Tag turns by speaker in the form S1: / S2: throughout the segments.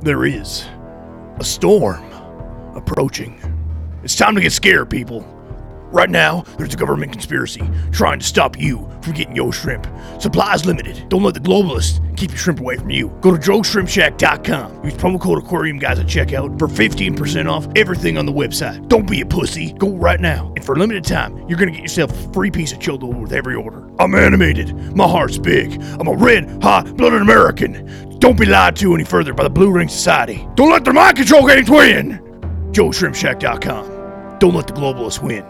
S1: There is a storm approaching. It's time to get scared, people. Right now, there's a government conspiracy trying to stop you from getting your shrimp. Supplies limited. Don't let the globalists keep your shrimp away from you. Go to drogeshrimpshack.com. Use promo code aquarium guys at checkout for 15% off everything on the website. Don't be a pussy. Go right now. And for a limited time, you're going to get yourself a free piece of chilled with every order. I'm animated. My heart's big. I'm a red, hot blooded American. Don't be lied to any further by the Blue Ring Society. Don't let their mind control games win. JoeShrimpShack.com. Don't let the globalists win.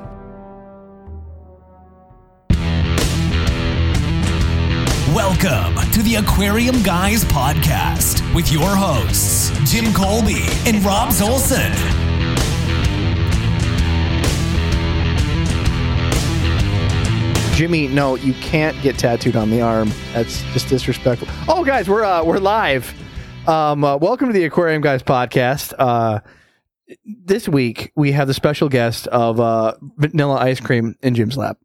S2: Welcome to the Aquarium Guys podcast with your hosts, Jim Colby and Rob Zolson.
S3: Jimmy, no, you can't get tattooed on the arm. That's just disrespectful. Oh, guys, we're uh, we're live. Um, uh, welcome to the Aquarium Guys podcast. Uh, this week we have the special guest of uh, Vanilla Ice Cream in Jim's lap.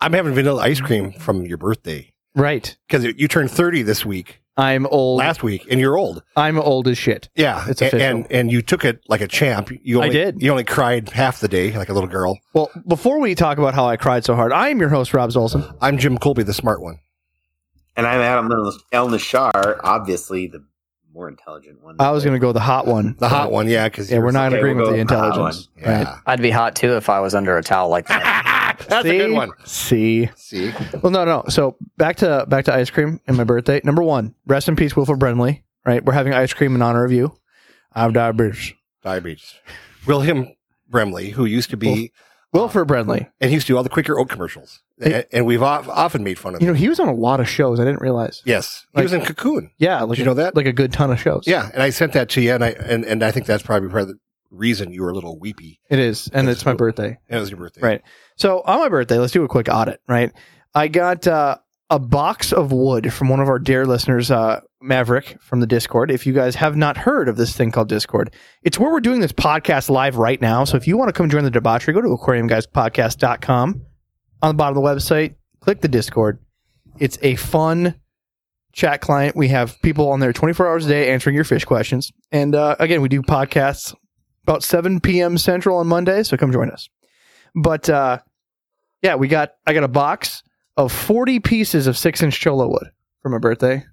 S4: I'm having vanilla ice cream from your birthday
S3: Right.
S4: because you turned 30 this week,
S3: I'm old.
S4: last week, and you're old.
S3: I'm old as shit.
S4: Yeah,
S3: It's
S4: a-
S3: official.
S4: and and you took it like a champ. You
S3: I
S4: only,
S3: did.
S4: You only cried half the day, like a little girl.
S3: Well, before we talk about how I cried so hard, I am your host, Rob Zolson.
S4: I'm Jim Colby, the smart one.
S5: And I'm Adam El Nashar, obviously the more intelligent one.
S3: I was going to go with the hot one. Uh,
S4: The hot one, yeah, because
S3: Yeah, we're not in
S5: Okay,
S3: agreement
S5: we'll
S3: with the
S5: go with the hot
S3: intelligence. Right.
S4: Yeah,
S6: I'd be hot too if I was under a towel like that.
S4: that's a good
S3: See?
S4: one.
S3: See.
S4: See,
S3: Well, no, no. So back to back to ice cream and my birthday. Number one, rest in peace, Wilford Brenly. Right, we're having ice cream in honor of you. I'm diabetes.
S4: diabetes. William Bremley, who used to be,
S3: Wilford Brenly.
S4: and he used to do all the Quaker Oat commercials, and, and we've of, often made fun of
S3: You
S4: him.
S3: know, he was on a lot of shows. I didn't realize.
S4: Yes, he
S3: Like-
S4: was in Cocoon.
S3: Yeah, like
S4: Did you
S3: a-
S4: know that?
S3: like a good ton of shows.
S4: Yeah, and I sent that to you, and I and, and I think that's probably part of the reason you were a little weepy.
S3: it is, and it's my birthday.
S4: And it was your birthday,
S3: Right. So on my birthday, let's do a quick audit. Right, I got uh, a box of wood from one of our dear listeners, uh, Maverick from the Discord. If you guys have not heard of this thing called Discord, it's where we're doing this podcast live right now. So if you want to come join the debauchery, go to aquariumguyspodcast.com. On the bottom of the website, click the Discord. It's a fun chat client. We have people on there 24 hours a day answering your fish questions. And uh, again, we do podcasts about 7 p.m. Central on Monday. So come join us. But uh, yeah, we got I got a box of 40 pieces of six inch cholo wood for my birthday.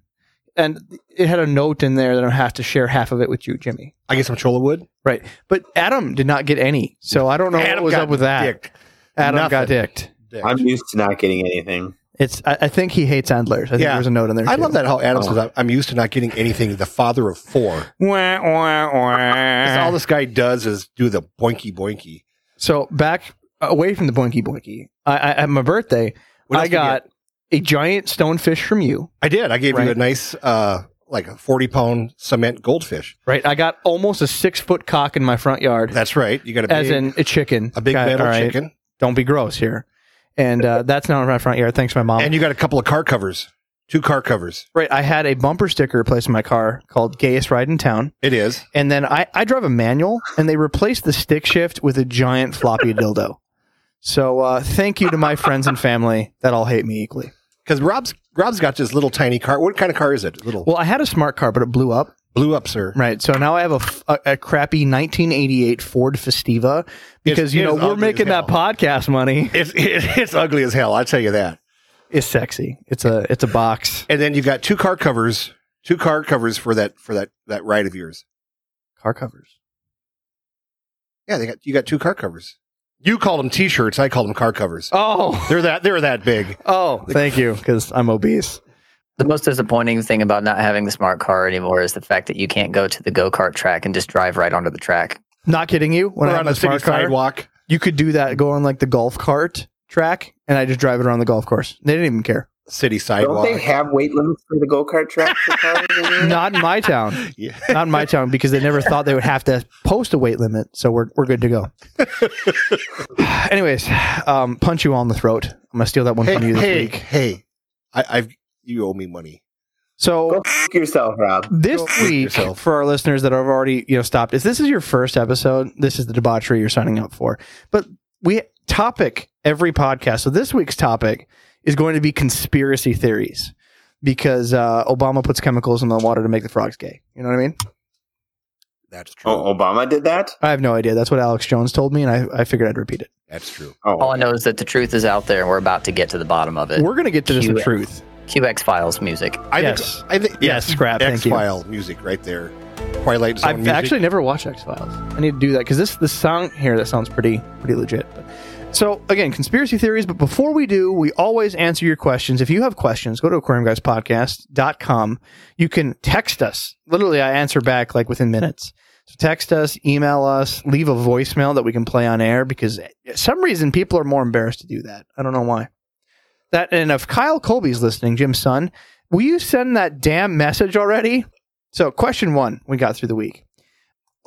S3: And it had a note in there that I have to share half of it with you, Jimmy.
S4: I get some chola wood.
S3: Right. But Adam did not get any. So I don't know what
S4: Adam
S3: was
S4: got
S3: up with that.
S4: dicked.
S3: Adam got
S4: Nothing.
S3: dicked.
S5: I'm used to not getting anything.
S3: It's. I, I think he hates antlers. I think
S4: Yeah.
S3: there's a note in there.
S4: I
S3: too.
S4: love that how Adam
S3: Oh.
S4: says, "I'm- I'm used to not getting anything. The father of four.
S3: Wah, wah, wah.
S4: 'Cause all this guy does is do the boinky boinky.
S3: So back away from the boinky boinky. I, I at my birthday,
S4: What else
S3: I
S4: did you
S3: got a giant stonefish from you.
S4: I did. I gave you a
S3: Right.
S4: nice, uh, like a 40 pound cement goldfish.
S3: Right. I got almost a six foot cock in my front yard,
S4: That's right. You got a big,
S3: as in a chicken.
S4: a big
S3: Got-
S4: metal
S3: all right,
S4: chicken.
S3: Don't be gross here. And uh, that's not in my front yard. Thanks, to my mom.
S4: And you got a couple of car covers, two car covers.
S3: right. I had a bumper sticker placed in my car called "Gayest Ride in Town."
S4: It is.
S3: And then I, I drive a manual, and they replaced the stick shift with a giant floppy dildo. So uh, thank you to my friends and family that all hate me equally.
S4: Because Rob's Rob's got this little tiny car. What kind of car is it? Little
S3: Well, I had a smart car, but it blew up.
S4: blew up, sir.
S3: Right. So now I have a, f- a- a crappy 1988 Ford Festiva because
S4: It's-
S3: you
S4: it
S3: know
S4: is
S3: we're
S4: ugly as
S3: making that
S4: hell.
S3: podcast money.
S4: It's, it, it's ugly as hell. I tell you that.
S3: It's sexy. It's a it's a box
S4: And then you got two car covers, two car covers for that for that that ride of yours.
S3: car covers.
S4: Yeah, they got you got two car covers. You called them t-shirts. I called them car covers.
S3: Oh
S4: They're that they're that big.
S3: oh, thank you because I'm obese.
S6: The most disappointing thing about not having the smart car anymore is the fact that you can't go to the go kart track and just drive right onto the track.
S3: Not kidding you. When
S4: We're
S3: I had
S4: on
S3: my
S4: the city
S3: smart car,
S4: sidewalk.
S3: you could do that. Go on like the golf cart track, and I just drive it around the golf course. They didn't even care.
S4: City
S5: Don't
S4: sidewalk.
S5: they have weight limits for the go kart track for cars? anyway?
S3: Not in my town.
S4: Yeah.
S3: Not in my town because they never thought they would have to post a weight limit. So we're, we're good to go. Anyways, um, punch you all in the throat. I'm gonna steal that one
S4: hey,
S3: from you this
S4: hey,
S3: week.
S4: hey. I, I've you owe me money.
S3: So
S5: Go f- yourself, Rob.
S3: this week,
S4: yourself.
S3: for our listeners that have already you know stopped, if this is your first episode, this is the debauchery you're signing up for. But we topic every podcast. So this week's topic is going to be conspiracy theories because uh, Obama puts chemicals in the water to make the frogs gay. You know what I mean?
S4: That's true.
S5: Oh, Obama did that.
S3: I have no idea. That's what Alex Jones told me, and I, I figured I'd repeat it.
S4: That's true.
S6: All I
S5: Oh,
S6: know is that the truth is out there, and we're about to get to the bottom of it.
S3: We're gonna get to this the
S6: Cue it.
S3: truth.
S6: QX Files music.
S4: I
S3: Yes.
S4: think. I think.
S3: Yes, scrap,
S4: X
S3: thank you.
S4: file music right there. Twilight Zone
S3: I've
S4: music.
S3: actually never watched X Files. I need to do that because this the song here that sounds pretty pretty legit. So again, conspiracy theories. But before we do, we always answer your questions. If you have questions, go to aquariumguyspodcast.com. You can text us. Literally, I answer back like within minutes. So text us, email us, leave a voicemail that we can play on air because for some reason people are more embarrassed to do that. I don't know why. That and if Kyle Colby's listening, Jim's son, will you send that damn message already? So question one, we got through the week.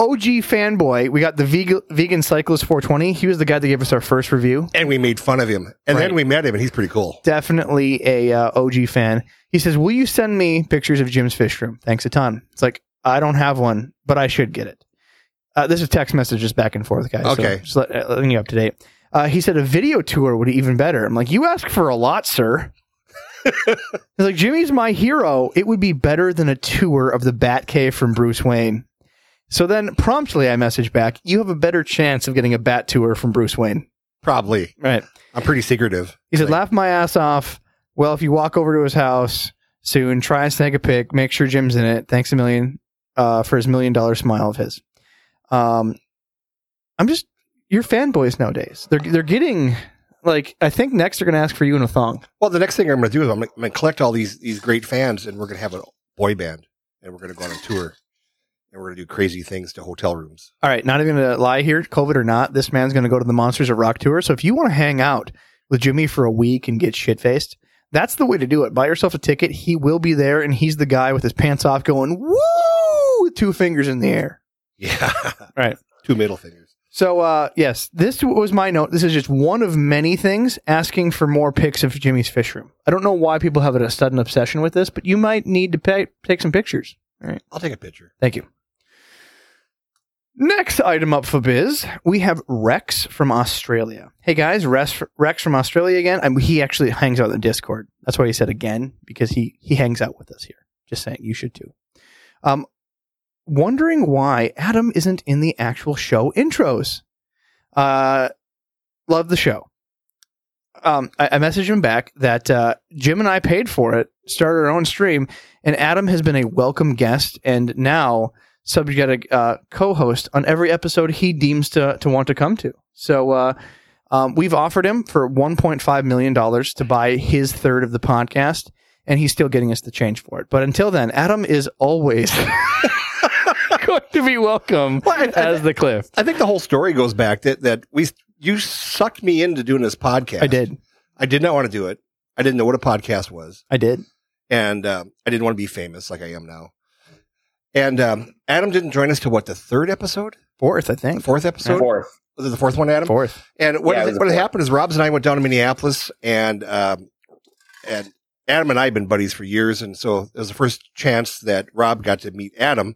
S3: OG fanboy, we got the vegan, vegan cyclist 420. He was the guy that gave us our first review.
S4: and we made fun of him, and
S3: Right.
S4: then we met him, and he's pretty cool.
S3: Definitely a uh, OG fan. He says, "Will you send me pictures of Jim's fish room? Thanks a ton." It's like I don't have one, but I should get it. Uh, this is text messages back and forth, guys. so
S4: Okay.
S3: just let, uh, letting you up to date. Uh, he said a video tour would be even better. I'm like, you ask for a lot, sir. He's like, Jimmy's my hero. It would be better than a tour of the Batcave from Bruce Wayne. So then promptly I message back, you have a better chance of getting a bat tour from Bruce Wayne.
S4: Probably.
S3: Right.
S4: I'm pretty secretive.
S3: He said,
S4: Like-
S3: "Laugh my ass off." Well, if you walk over to his house soon, try and snag a pic. Make sure Jim's in it. Thanks a million uh, for his million dollar smile of his. Um, I'm just your fanboys nowadays. They're they're getting like I think next they're gonna ask for you in a thong.
S4: Well, the next thing I'm going to do is I'm going to collect all these these great fans, and we're going to have a boy band, and we're going to go on a tour, and we're going to do crazy things to hotel rooms.
S3: All right, not even gonna lie here, COVID or not, this man's gonna go to the Monsters of Rock tour. So if you want to hang out with Jimmy for a week and get shit faced. That's the way to do it. Buy yourself a ticket. He will be there, and he's the guy with his pants off going, woo, with two fingers in the air.
S4: Yeah.
S3: Right.
S4: Two middle fingers.
S3: So uh, yes, this was my note. This is just one of many things asking for more pics of Jimmy's fish room. I don't know why people have a sudden obsession with this, but you might need to pay, take some pictures.
S4: I'll take a picture.
S3: Thank you. Next item up for biz, we have Rex from Australia. Hey guys, Rex, Rex from Australia again. And he actually hangs out in the Discord. That's why he said again because he he hangs out with us here. Just saying, you should too. Um, wondering why Adam isn't in the actual show intros. Uh, love the show. Um, I, I messaged him back that uh, Jim and I paid for it, started our own stream, and Adam has been a welcome guest and now subject uh, co-host on every episode he deems to to want to come to. So uh, um, we've offered him for 1.5 million dollars to buy his third of the podcast, and he's still getting us the change for it. But until then, Adam is always going to be welcome as the cliff.
S4: I think the whole story goes back that that we you sucked me into doing this podcast.
S3: I did,
S4: I did not want to do it. I didn't know what a podcast was,
S3: I did.
S4: and um, I didn't want to be famous like I am now. And um, Adam didn't join us to what the third episode,
S3: Fourth, I
S4: the
S3: think.
S4: fourth episode,
S5: fourth.
S4: was it the fourth one, Adam?
S3: Fourth.
S4: And what
S5: Yeah,
S4: had-
S5: it was a
S4: what had
S5: four.
S4: happened is Robs and I went down to Minneapolis, and um, and Adam and I have been buddies for years, and so it was the first chance that Rob got to meet Adam.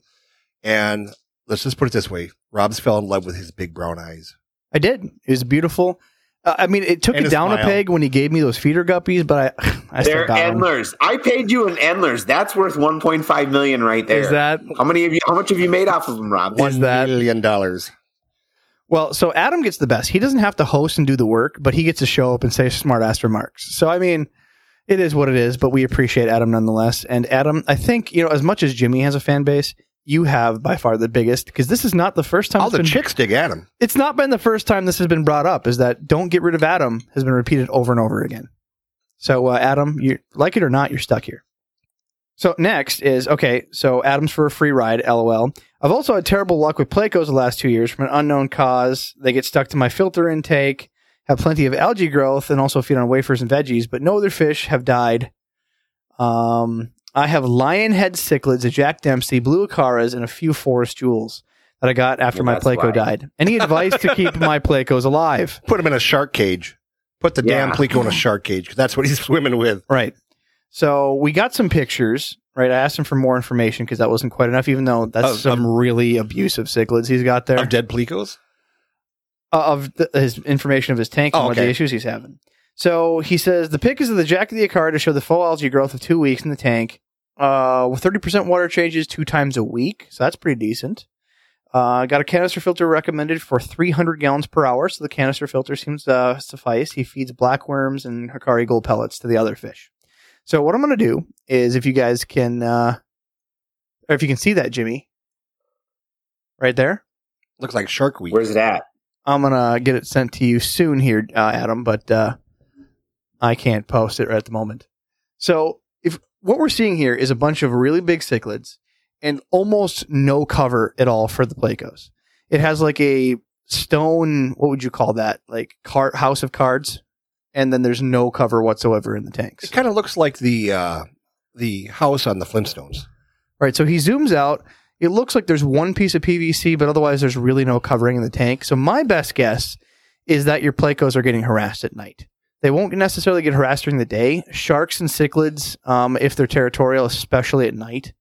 S4: And let's just put it this way: Rob's fell in love with his big brown eyes.
S3: I did. It was beautiful. Uh, I mean, it took
S4: And
S3: it
S4: a
S3: down a
S4: smile.
S3: peg when he gave me those feeder guppies, but I, I still
S5: They're
S3: got 'em.
S5: endlers. I paid you an endlers. That's worth 1.5 million right there.
S3: Is that
S5: how many of you? How much have you made off of them, Rob?
S3: Is that-
S4: million dollars?
S3: Well, so Adam gets the best. He doesn't have to host and do the work, but he gets to show up and say smart ass remarks. So I mean, it is what it is, but we appreciate Adam nonetheless. And Adam, I think, you know, as much as Jimmy has a fan base, you have by far the biggest because this is not the first time
S4: All
S3: it's
S4: the
S3: been-
S4: chicks dig Adam.
S3: it's not been the first time this has been brought up is that don't get rid of Adam has been repeated over and over again. So uh, Adam, you like it or not, you're stuck here. So next is okay. So Adam's for a free ride. LOL. I've also had terrible luck with Placos the last two years from an unknown cause. They get stuck to my filter intake. Have plenty of algae growth and also feed on wafers and veggies, but no other fish have died. Um, I have lion head cichlids, a Jack Dempsey, blue acaras, and a few forest jewels that I got after
S5: Well,
S3: my
S5: that's
S3: Placo
S5: why.
S3: died. Any advice to keep my Placos alive?
S4: Put him in a shark cage. Put the damn
S5: Yeah.
S4: Plico in a shark cage 'cause that's what he's swimming with.
S3: Right. So we got some pictures, right? I asked him for more information because that wasn't quite enough, even though that's
S4: Of- of-
S3: some really abusive cichlids he's got there.
S4: Of dead Plicos.
S3: uh, of the, his information of his tank and
S4: Oh,
S3: what the
S4: okay.
S3: issues he's having. So he says the pick is of the Jack of the Acar to show the full algae growth of two weeks in the tank. Uh, with 30% water changes two times a week, so that's pretty decent. Uh, got a canister filter recommended for 300 gallons per hour, so the canister filter seems to uh, suffice. He feeds black worms and Hakari gold pellets to the other fish. So what I'm going to do is, if you guys can, uh, or if you can see that, Jimmy, right there,
S4: Looks like Shark Week.
S5: Where's it at?
S3: I'm gonna get it sent to you soon here, uh, Adam, but uh, I can't post it right at the moment. So if what we're seeing here is a bunch of really big cichlids and almost no cover at all for the placos. It has like a stone, what would you call that? Like cart house of cards, and then there's no cover whatsoever in the tanks.
S4: It kind of looks like the uh, the house on the Flintstones.
S3: All right, so he zooms out. It looks like there's one piece of PVC, but otherwise there's really no covering in the tank. So my best guess is that your placos are getting harassed at night. They won't necessarily get harassed during the day. Sharks and cichlids, um, if they're territorial, especially at night.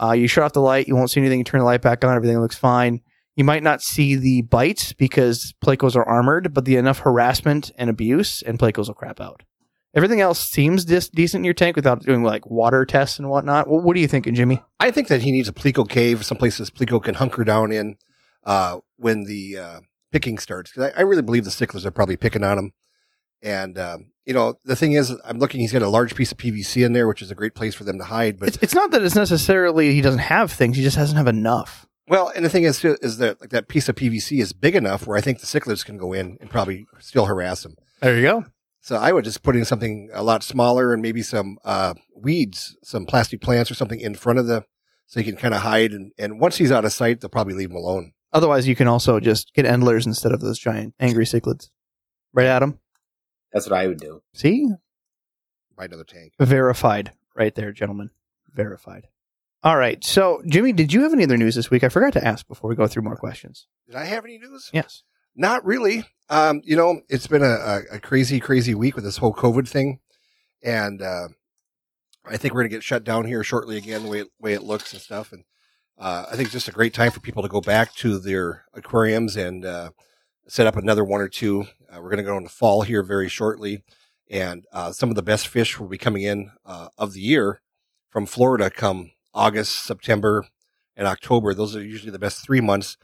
S3: Uh, you shut off the light, you won't see anything. You turn the light back on, everything looks fine. You might not see the bites because placos are armored, but the enough harassment and abuse, and placos will crap out. Everything else seems dis- decent in your tank without doing like water tests and whatnot. What, what are you thinking, Jimmy?
S4: I think that he needs a Plico cave, someplace this Plico can hunker down in uh, when the uh, picking starts. 'Cause I, I really believe the sticklers are probably picking on him. And, um, you know, the thing is, I'm looking, he's got a large piece of PVC in there, which is a great place for them to hide. But,
S3: it's, it's not that it's necessarily he doesn't have things; he just doesn't have enough.
S4: well, and the thing is, too, is that like, that piece of PVC is big enough where I think the sticklers can go in and probably still harass him.
S3: There you go.
S4: So I would just put in something a lot smaller and maybe some uh, weeds, some plastic plants or something in front of the, so he can kind of hide. And, and once he's out of sight, they'll probably leave him alone.
S3: Otherwise, you can also just get endlers instead of those giant angry cichlids. Right, Adam?
S5: That's what I would do.
S3: See,
S4: Buy another tank.
S3: verified, right there, gentlemen. Verified. All right. So, Jimmy, did you have any other news this week? I forgot to ask before we go through more questions.
S4: Did I have any news?
S3: Yes.
S4: Not really. Um, you know, it's been a, a, a crazy, crazy week with this whole COVID thing, and uh, I think we're gonna get shut down here shortly again. The way it, way it looks and stuff, and uh, I think it's just a great time for people to go back to their aquariums and uh, set up another one or two. Uh, we're gonna go into fall here very shortly, and uh, some of the best fish will be coming in uh, of the year from Florida come August, September, and October. Those are usually the best three months.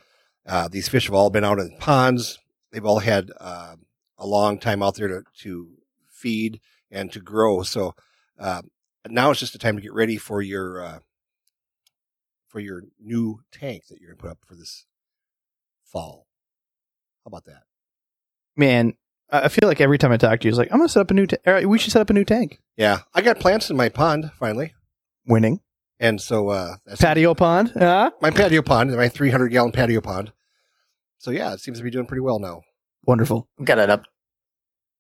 S4: Uh, these fish have all been out in ponds. They've all had uh, a long time out there to, to feed and to grow. So uh, now it's just a time to get ready for your uh, for your new tank that you're going to put up for this fall. How about that?
S3: Man, I I feel like every time I talk to you, it's like I'm gonna set up a new. Ta- all right, we should set up a new tank.
S4: Yeah, I got plants in my pond finally,
S3: Winning
S4: and so uh, that's
S3: patio pond. Huh?
S4: my patio pond, my 300 gallon patio pond. So yeah, it seems to be doing pretty well now.
S3: Wonderful.
S6: Got an up,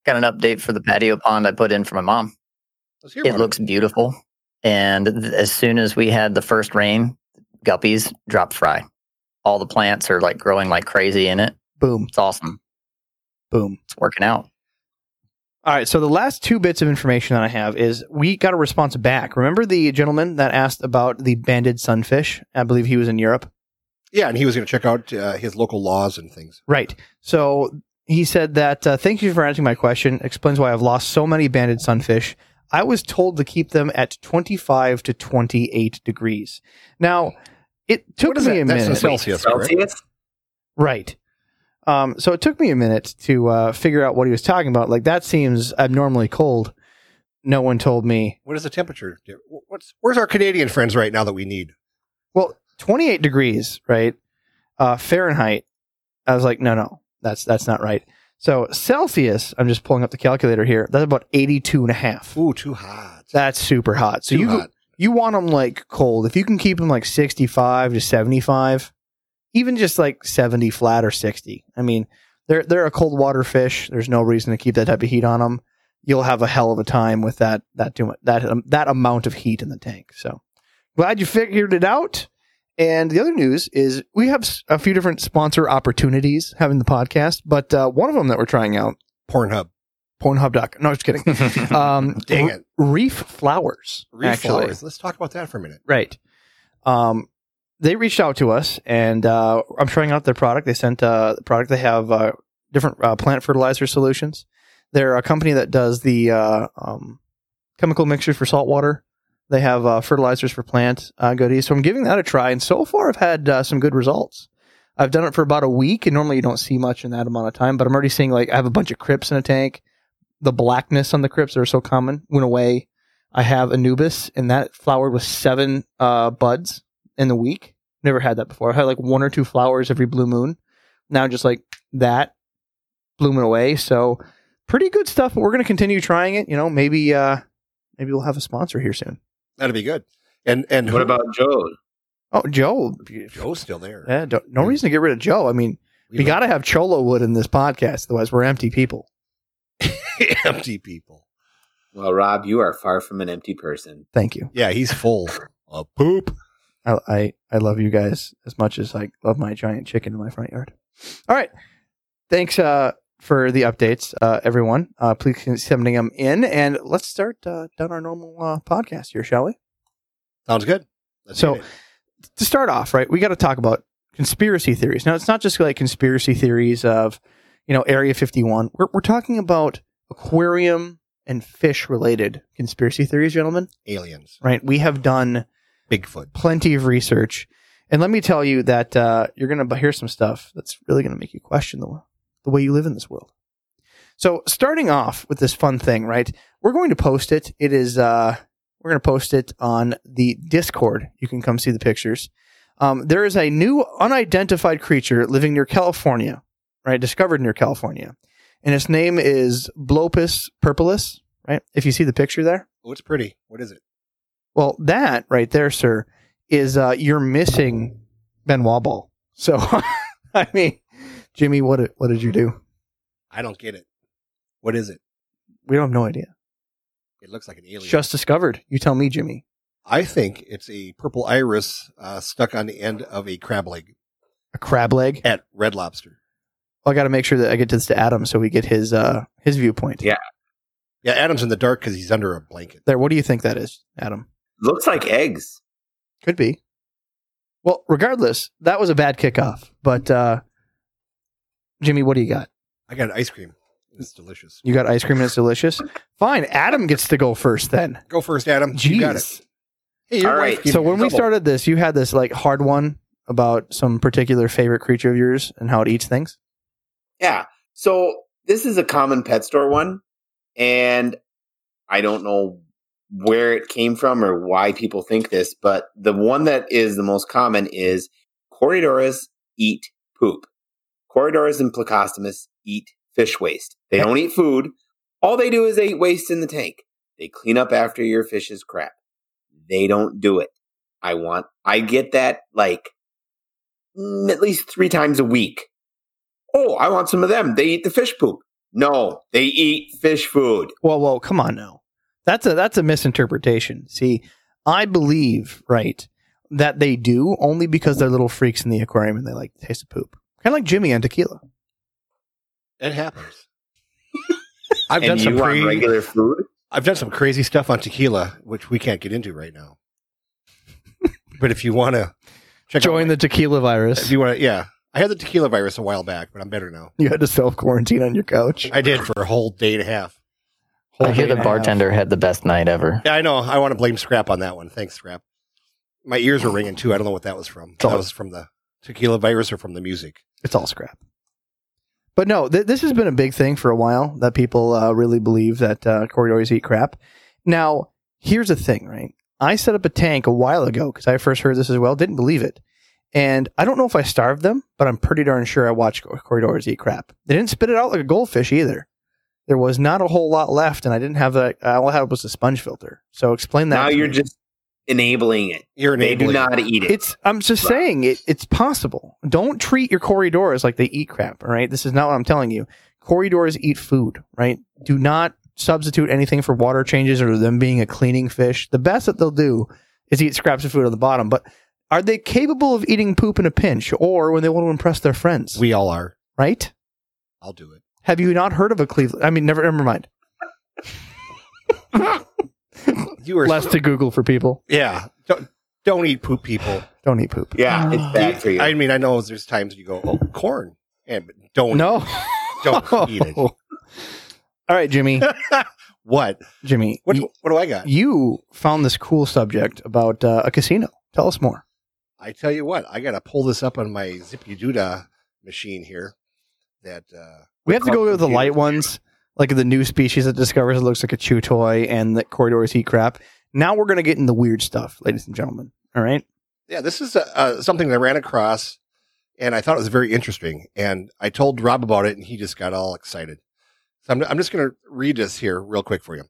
S6: got an update for the patio pond I put in for my mom.
S4: Let's hear
S6: It
S4: about
S6: looks beautiful, and th- as soon as we had the first rain, guppies dropped fry. All the plants are like growing like crazy in it.
S3: Boom.
S6: It's awesome.
S3: Boom.
S6: It's working out.
S3: All right. So the last two bits of information that I have is we got a response back. Remember the gentleman that asked about the banded sunfish? I believe he was in Europe.
S4: Yeah, and he was going to check out uh, his local laws and things.
S3: Right. So he said that uh, thank you for answering my question. Explains why I've lost so many banded sunfish. I was told to keep them at 25 to 28 degrees. Now, it took
S4: What is
S3: me
S4: that?
S3: a
S4: That's
S3: minute.
S4: a Celsius, correct?
S5: Celsius?
S3: Right. Um, so it took me a minute to uh, figure out what he was talking about. Like that seems abnormally cold. No one told me.
S4: What is the temperature? What's where's our Canadian friends right now that we need?
S3: Well, 28 degrees, right? Uh, Fahrenheit. I was like, no, no, that's that's not right. So Celsius, I'm just pulling up the calculator here. That's about 82 and a half.
S4: Ooh, too hot.
S3: That's super hot. So
S4: too
S3: you
S4: hot.
S3: you want them like cold. If you can keep them like 65 to 75, even just like 70 flat or 60. I mean, they're they're a cold water fish. There's no reason to keep that type of heat on them. You'll have a hell of a time with that that too much that um, that amount of heat in the tank. So glad you figured it out. And the other news is we have s- a few different sponsor opportunities having the podcast, but uh, one of them that we're trying out,
S4: Pornhub.
S3: Pornhub.com. No, just kidding. Um,
S4: Dang it.
S3: Reef Flowers.
S4: Reef
S3: actually.
S4: flowers. Let's talk about that for a minute.
S3: Right. Um, they reached out to us, and uh, I'm trying out their product. They sent uh, the product. They have uh, different uh, plant fertilizer solutions. They're a company that does the uh, um, chemical mixtures for salt water. They have uh, fertilizers for plant uh, goodies. So I'm giving that a try, and so far I've had uh, some good results. I've done it for about a week, and normally you don't see much in that amount of time. But I'm already seeing like I have a bunch of crypts in a tank. The blackness on the crypts that are so common went away. I have Anubis, and that flowered with seven uh, buds in the week. Never had that before. I had like one or two flowers every blue moon. Now just like that blooming away. So pretty good stuff. We're gonna continue trying it. You know, maybe uh, maybe we'll have a sponsor here soon.
S4: That'd be good. And and
S5: What about Joe?
S3: Oh, Joe.
S4: Joe's still there?
S3: Yeah, don't, no reason to get rid of Joe. I mean, Eh, we,
S4: We
S3: got to have Cholo Wood in this podcast, otherwise we're empty people.
S4: empty people.
S5: Well, Rob, you are far from an empty person.
S3: Thank you.
S4: Yeah, he's full of poop.
S3: I, I I love you guys as much as I love my giant chicken in my front yard. All right, thanks uh, for the updates, uh, everyone. Uh, please keep sending them in, and let's start uh, down our normal uh, podcast here, shall we?
S4: Sounds good. Let's
S3: So-
S4: get it.
S3: to start off, right, we got to talk about conspiracy theories. Now, it's not just like conspiracy theories of, you know, Area 51. We're, we're talking about aquarium and fish related conspiracy theories, gentlemen,
S4: aliens,
S3: right? We have done
S4: Bigfoot.
S3: plenty of research. And let me tell you that uh, you're going to hear some stuff that's really going to make you question the, the way you live in this world. So, starting off with this fun thing, right? We're going to post it. It is, uh, we're going to post it on the Discord. You can come see the pictures. Um, there is a new unidentified creature living near California, right? Discovered near California. And its name is Blopus purpulus, right? If you see the picture there.
S4: Oh, it's pretty. What is it?
S3: Well, that right there, sir, is uh, you're missing Ben Wobble. So, I mean, Jimmy, what did, what did you do?
S4: I don't get it. What is it?
S3: We don't have no idea.
S4: It looks like an alien.
S3: It's just discovered. You tell me, Jimmy.
S4: I think it's a purple iris uh, stuck on the end of a crab leg
S3: A crab leg.
S4: at Red Lobster.
S3: I got to make sure that I get this to Adam so we get his uh, his viewpoint.
S5: Yeah.
S4: Yeah, Adam's in the dark because he's under a blanket.
S3: There. What do you think that is, Adam?
S5: Looks like eggs.
S3: Could be. Well, regardless, that was a bad kickoff. But uh, Jimmy, what do you got?
S4: I got ice cream. It's delicious.
S3: You got ice cream and it's delicious. Fine. Adam gets to go first then.
S4: Go first, Adam. You got it.
S3: Jeez.
S4: Hey, your
S5: All
S4: wife
S5: right.
S4: gave
S3: so
S4: you
S3: when we
S4: trouble.
S3: started this, you had this like hard one about some particular favorite creature of yours and how it eats things.
S5: Yeah. So this is a common pet store one, and I don't know where it came from or why people think this, but the one that is the most common is Corridorus eat poop. Corridorus and Placostomus eat fish waste. They don't eat food. All they do is they eat waste in the tank. They clean up after your fish's crap. They don't do it. I want, I get that like mm, at least three times a week. Oh, I want some of them. They eat the fish poop. No, they eat fish food.
S3: Whoa, whoa, come on now. That's a that's a misinterpretation. See, I believe, right, that they do only because they're little freaks in the aquarium and they like to taste the poop. Kind of like Jimmy and tequila.
S4: it happens. I've done
S5: and
S4: some
S5: you want
S4: pre-
S5: regular food?
S4: I've done some crazy stuff on tequila, which we can't get into right now. but if you want to check
S3: Join the tequila
S4: out, if
S3: virus.
S4: you want to, yeah, I had the tequila virus a while back, but I'm better now.
S3: You had to self quarantine on your couch.
S4: I did for a whole day and a half.
S3: Whole
S6: I hear
S3: day and
S6: the
S3: a half.
S6: bartender had the best night ever.
S4: Yeah, I know. I want to blame Scrap on that one. Thanks, Scrap. My ears were ringing too. I don't know what that was from.
S3: all-
S4: That was from the tequila virus or from the music.
S3: It's all scrap. But no, th- this has been a big thing for a while that people uh, really believe that uh, corridors eat crap. Now, here's the thing, right? I set up a tank a while ago because I first heard this as well, didn't believe it. And I don't know if I starved them, but I'm pretty darn sure I watched cor- corridors eat crap. They didn't spit it out like a goldfish either. There was not a whole lot left, and I didn't have that. All I had was a sponge filter. So explain that.
S5: Now
S3: to
S5: you're
S3: me.
S5: just enabling it.
S4: You're
S5: They do
S4: enabling-
S5: not eat it.
S3: It's. I'm just saying it, it's possible. Don't treat your corridors like they eat crap. All right, this is not what I'm telling you. Corridors eat food. Right. Do not substitute anything for water changes or them being a cleaning fish. The best that they'll do is eat scraps of food on the bottom. But are they capable of eating poop in a pinch or when they want to impress their friends?
S4: We all are.
S3: right.
S4: I'll do it.
S3: Have you not heard of a Cleveland? I mean, never. Never mind.
S4: You are.
S3: Less to Google for people.
S4: yeah. Don't don't eat poop, people.
S3: Don't eat poop.
S5: yeah, it's bad for you.
S4: I mean, I know there's times you go, oh, corn, and but don't
S3: No.
S4: don't eat it.
S3: All right, Jimmy.
S4: What?
S3: Jimmy.
S4: What?
S3: you-
S4: what do I got?
S3: you found this cool subject about uh, a casino. Tell us more.
S4: I tell you what, I got to pull this up on my Zippy Doodah machine here. That uh,
S3: We have to go with the
S4: computer.
S3: light ones, like the new species that discovers it looks like a chew toy and that corridors eat crap. Now we're going to get into weird stuff, ladies and gentlemen. All right.
S4: yeah, this is uh, uh, something that I ran across, and I thought it was very interesting. And I told Rob about it, and he just got all excited. So I'm, I'm just going to read this here real quick for you.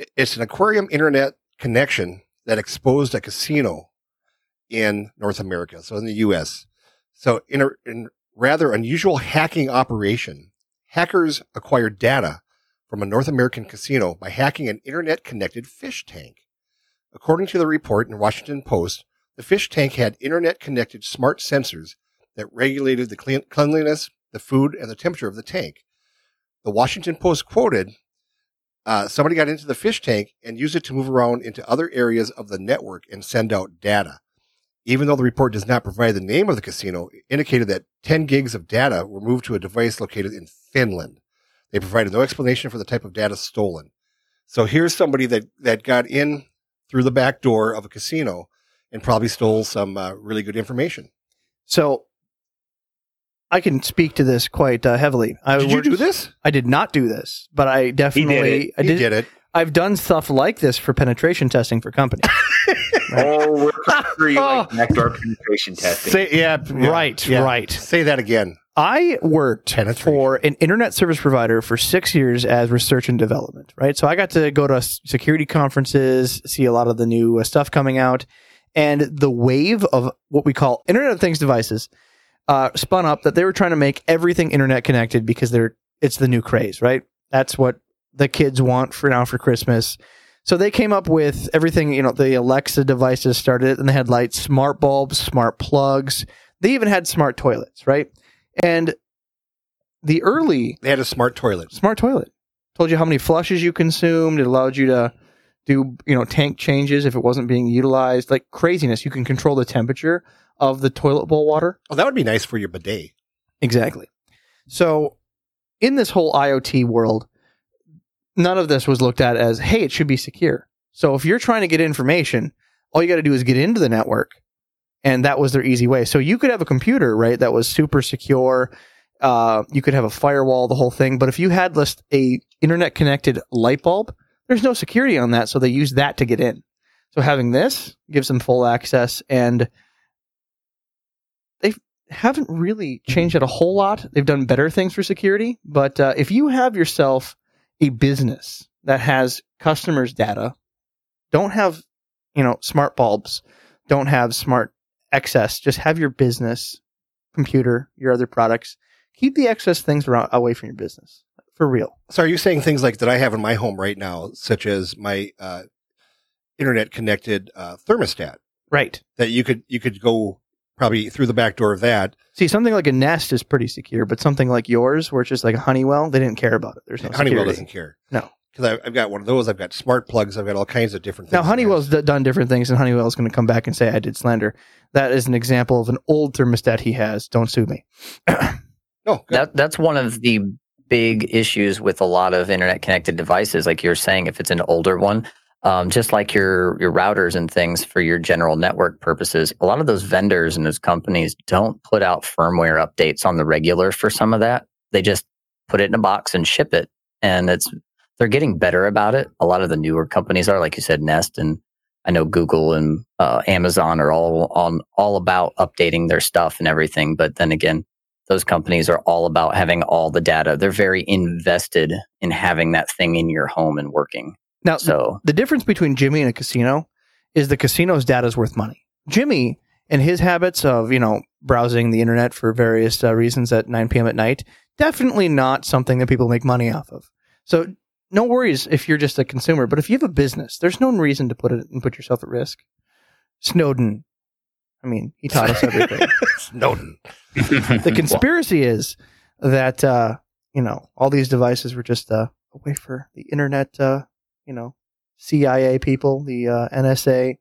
S4: I- It's an aquarium internet connection that exposed a casino in North America, so in the U.S. So in a in rather unusual hacking operation, hackers acquired data from a North American casino by hacking an internet-connected fish tank. According to the report in the Washington Post, the fish tank had internet connected smart sensors that regulated the clean- cleanliness, the food, and the temperature of the tank. The Washington Post quoted uh, somebody got into the fish tank and used it to move around into other areas of the network and send out data. Even though the report does not provide the name of the casino, it indicated that 10 gigs of data were moved to a device located in Finland. They provided no explanation for the type of data stolen. So here's somebody that, that got in through the back door of a casino and probably stole some uh, really good information.
S3: So I can speak to this quite uh, heavily. I
S4: Did you
S3: worked-
S4: do this?
S3: I did not do this, but I definitely I
S4: He
S3: did,
S4: did it.
S3: I've done stuff like this for penetration testing for companies.
S5: Oh, we're pretty sure you like
S4: Oh.
S5: backdoor penetration testing.
S4: yeah, yeah, yeah.
S3: right.
S4: Say that again.
S3: I worked
S4: Penetration.
S3: for an internet service provider for six years as research and development, right? So I got to go to s- security conferences, see a lot of the new uh, stuff coming out, and the wave of what we call Internet of Things devices uh, spun up that they were trying to make everything internet connected because they're it's the new craze, right? That's what the kids want for now for Christmas. So they came up with everything, you know, the Alexa devices started it, and they had like smart bulbs, smart plugs. They even had smart toilets, right? And the early
S4: They had a smart toilet.
S3: smart toilet told you how many flushes you consumed. It allowed you to do, you know, tank changes if it wasn't being utilized. Like craziness. You can control the temperature of the toilet bowl water.
S4: Oh, that would be nice for your bidet.
S3: Exactly. So, in this whole IoT world, none of this was looked at as, hey, it should be secure. So, if you're trying to get information, all you got to do is get into the network. And that was their easy way. So, you could have a computer, right, that was super secure. Uh, you could have a firewall, the whole thing. But if you had just a internet connected light bulb, there's no security on that. So, they use that to get in. So, having this gives them full access and haven't really
S4: Hmm.
S3: changed it a whole lot. They've done better things for security, but uh, if you have yourself a business that has customers' data, don't have you know smart bulbs, don't have smart excess, just have your business computer, your other products. Keep the excess things around, away from your business for real.
S4: So, are you saying things like that I have in my home right now, such as my uh, internet connected uh, thermostat,
S3: Right.
S4: that you could you could go probably through the back door of that?
S3: See, something like a Nest is pretty secure, but something like yours, where it's just like a Honeywell, they didn't care about it. There's no
S4: Honeywell
S3: security.
S4: doesn't care.
S3: No.
S4: because I've got one of those. I've got smart plugs. I've got all kinds of different things.
S3: Now, Honeywell's d- done different things, and Honeywell's going to come back and say I did slander. That is an example of an old thermostat he has. Don't sue me.
S4: No, good.
S6: That that's one of the big issues with a lot of internet connected devices. Like you're saying, if it's an older one, um, just like your your routers and things for your general network purposes, a lot of those vendors and those companies don't put out firmware updates on the regular for some of that. They just put it in a box and ship it, and it's they're getting better about it. A lot of the newer companies are, like you said, Nest and. I know Google and uh, Amazon are all on all about updating their stuff and everything, but then again, those companies are all about having all the data. They're very invested in having that thing in your home and working.
S3: Now,
S6: So,
S3: the difference between Jimmy and a casino is the casino's data is worth money. Jimmy and his habits of you know browsing the internet for various uh, reasons at 9 p.m. at night definitely not something that people make money off of. So no worries if you're just a consumer, but if you have a business, there's no reason to put it and put yourself at risk. Snowden, I mean, he taught us everything.
S4: Snowden.
S3: the conspiracy is that uh, you know all these devices were just uh, a way for the internet, uh, you know, CIA people, the uh, NSA,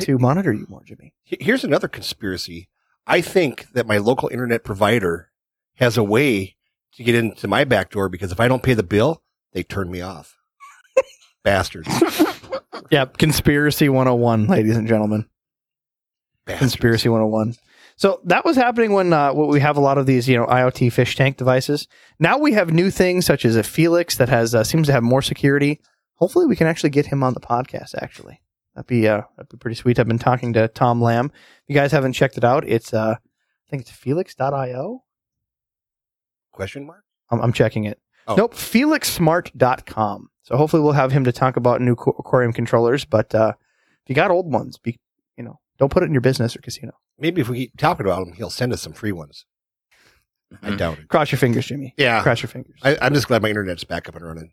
S3: to monitor you more, Jimmy.
S4: He- Here's another conspiracy. I think that my local internet provider has a way to get into my back door because if I don't pay the bill, they turn me off. Bastards.
S3: Yep, conspiracy 101, ladies and gentlemen. Conspiracy 101. So that was happening when uh, what we have a lot of these, you know, IoT fish tank devices. Now we have new things such as a Felix that has uh, seems to have more security. Hopefully, we can actually get him on the podcast. Actually, that'd be uh, that'd be pretty sweet. I've been talking to Tom Lamb. If you guys haven't checked it out, it's uh, I think it's Felix.io.
S4: Question mark?
S3: I'm, I'm checking it.
S4: Oh.
S3: Nope, felixsmart.com. So hopefully we'll have him to talk about new aqu- aquarium controllers. But uh, if you got old ones, be you know, don't put it in your business or casino.
S4: Maybe if we keep talking about him, he'll send us some free ones. I
S3: Mm-hmm.
S6: Mhm.
S4: doubt it.
S3: Cross your fingers, Jimmy.
S4: Yeah.
S3: Cross your fingers.
S4: I, I'm just glad my internet's back up and running.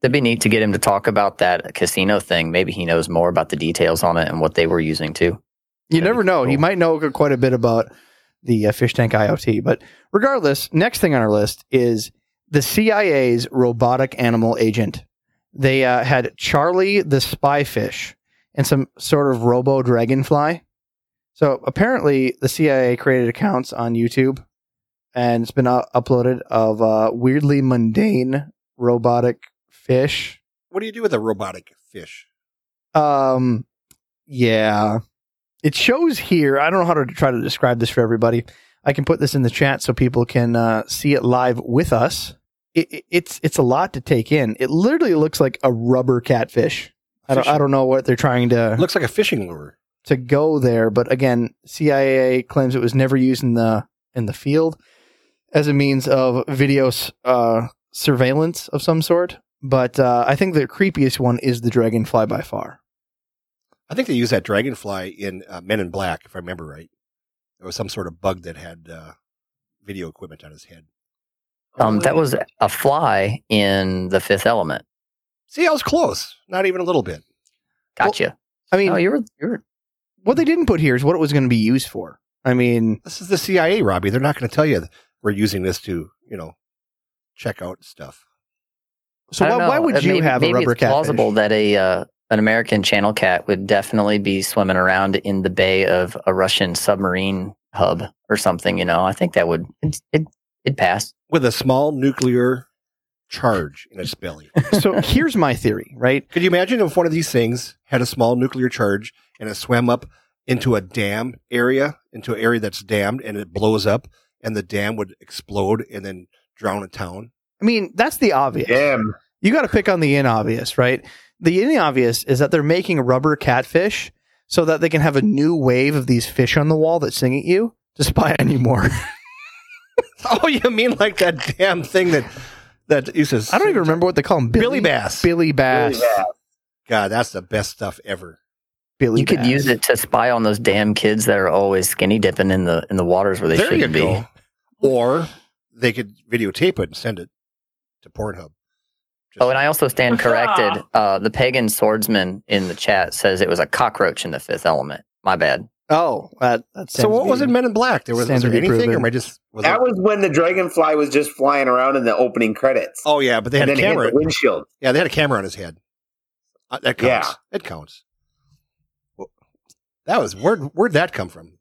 S6: That'd be neat to get him to talk about that casino thing. Maybe he knows more about the details on it and what they were using too.
S3: you
S6: that'd
S3: never
S6: be
S3: know. He
S6: cool.
S3: might know quite a bit about the uh, fish tank IoT. But regardless, next thing on our list is the CIA's robotic animal agent. They uh, had Charlie the spy fish and some sort of robo dragonfly. So apparently, the CIA created accounts on YouTube, and it's been uh, uploaded of uh, weirdly mundane robotic fish.
S4: What do you do with a robotic fish?
S3: Um, yeah, it shows here. I don't know how to try to describe this for everybody. I can put this in the chat so people can uh, see it live with us. It, it- it's it's a lot to take in. It literally looks like a rubber catfish. I don't, I don't know what they're trying to
S4: Looks like a fishing lure.
S3: to go there, but again, CIA claims it was never used in the in the field as a means of video s- uh, surveillance of some sort. But uh, I think the creepiest one is the dragonfly by far.
S4: I think they used that dragonfly in uh, Men in Black, if I remember right. There was some sort of bug that had uh, video equipment on his head.
S6: Um, that was a fly in the Fifth Element.
S4: See, I was close. Not even a little bit.
S6: Gotcha. Oh,
S3: I mean,
S6: no, you were you were
S3: what they didn't put here is what it was going to be used for. I mean,
S4: This is the CIA, Robbie. They're not going to tell you we're using this to, you know, check out stuff.
S3: so
S6: I don't
S3: why, why
S6: know.
S3: would
S6: Uh,
S3: you
S6: maybe-
S3: have a
S6: maybe
S3: rubber
S6: it's
S3: catfish?
S6: plausible that a uh, an American channel cat would definitely be swimming around in the bay of a Russian submarine hub or something. You know, I think that would it it it'd pass.
S4: With a small nuclear charge in its belly.
S3: so here's my theory, right?
S4: Could you imagine if one of these things had a small nuclear charge and it swam up into a dam area, into an area that's dammed, and it blows up, and the dam would explode and then drown a town?
S3: I mean, that's the obvious.
S5: Damn.
S3: You got to pick on the in obvious, right? The in obvious is that they're making rubber catfish so that they can have a new wave of these fish on the wall that sing at you to spy on you more.
S4: Oh, you mean like that damn thing that that uses?
S3: I don't even remember what they call them.
S4: Billy Bass.
S3: Billy Bass.
S5: Really bad.
S4: God, that's the best stuff ever.
S3: Billy
S6: you could
S3: Bass.
S6: use it to spy on those damn kids that are always skinny dipping in the in the waters where they
S4: there you
S6: shouldn't be.
S4: go.
S5: Mm.
S4: Or they could videotape it and send it to Pornhub. Just-
S6: Oh, and I also stand corrected. Uh, the pagan swordsman in the chat says it was a cockroach in the Fifth Element. My bad.
S3: Oh, that, that
S4: so what was in
S3: it?
S4: Men in Black? There was, was
S3: Stands to
S4: there
S3: be
S4: anything,
S3: proven.
S4: or am I just? Was
S5: That
S4: it-
S5: was when the dragonfly was just flying around in the opening credits.
S4: oh yeah, but they had
S5: and
S4: a
S5: then it hit
S4: camera.
S5: the windshield.
S4: Yeah, they had a camera on his head. Uh, that counts.
S5: Yeah.
S4: It counts. Well, That was where where'd that come from?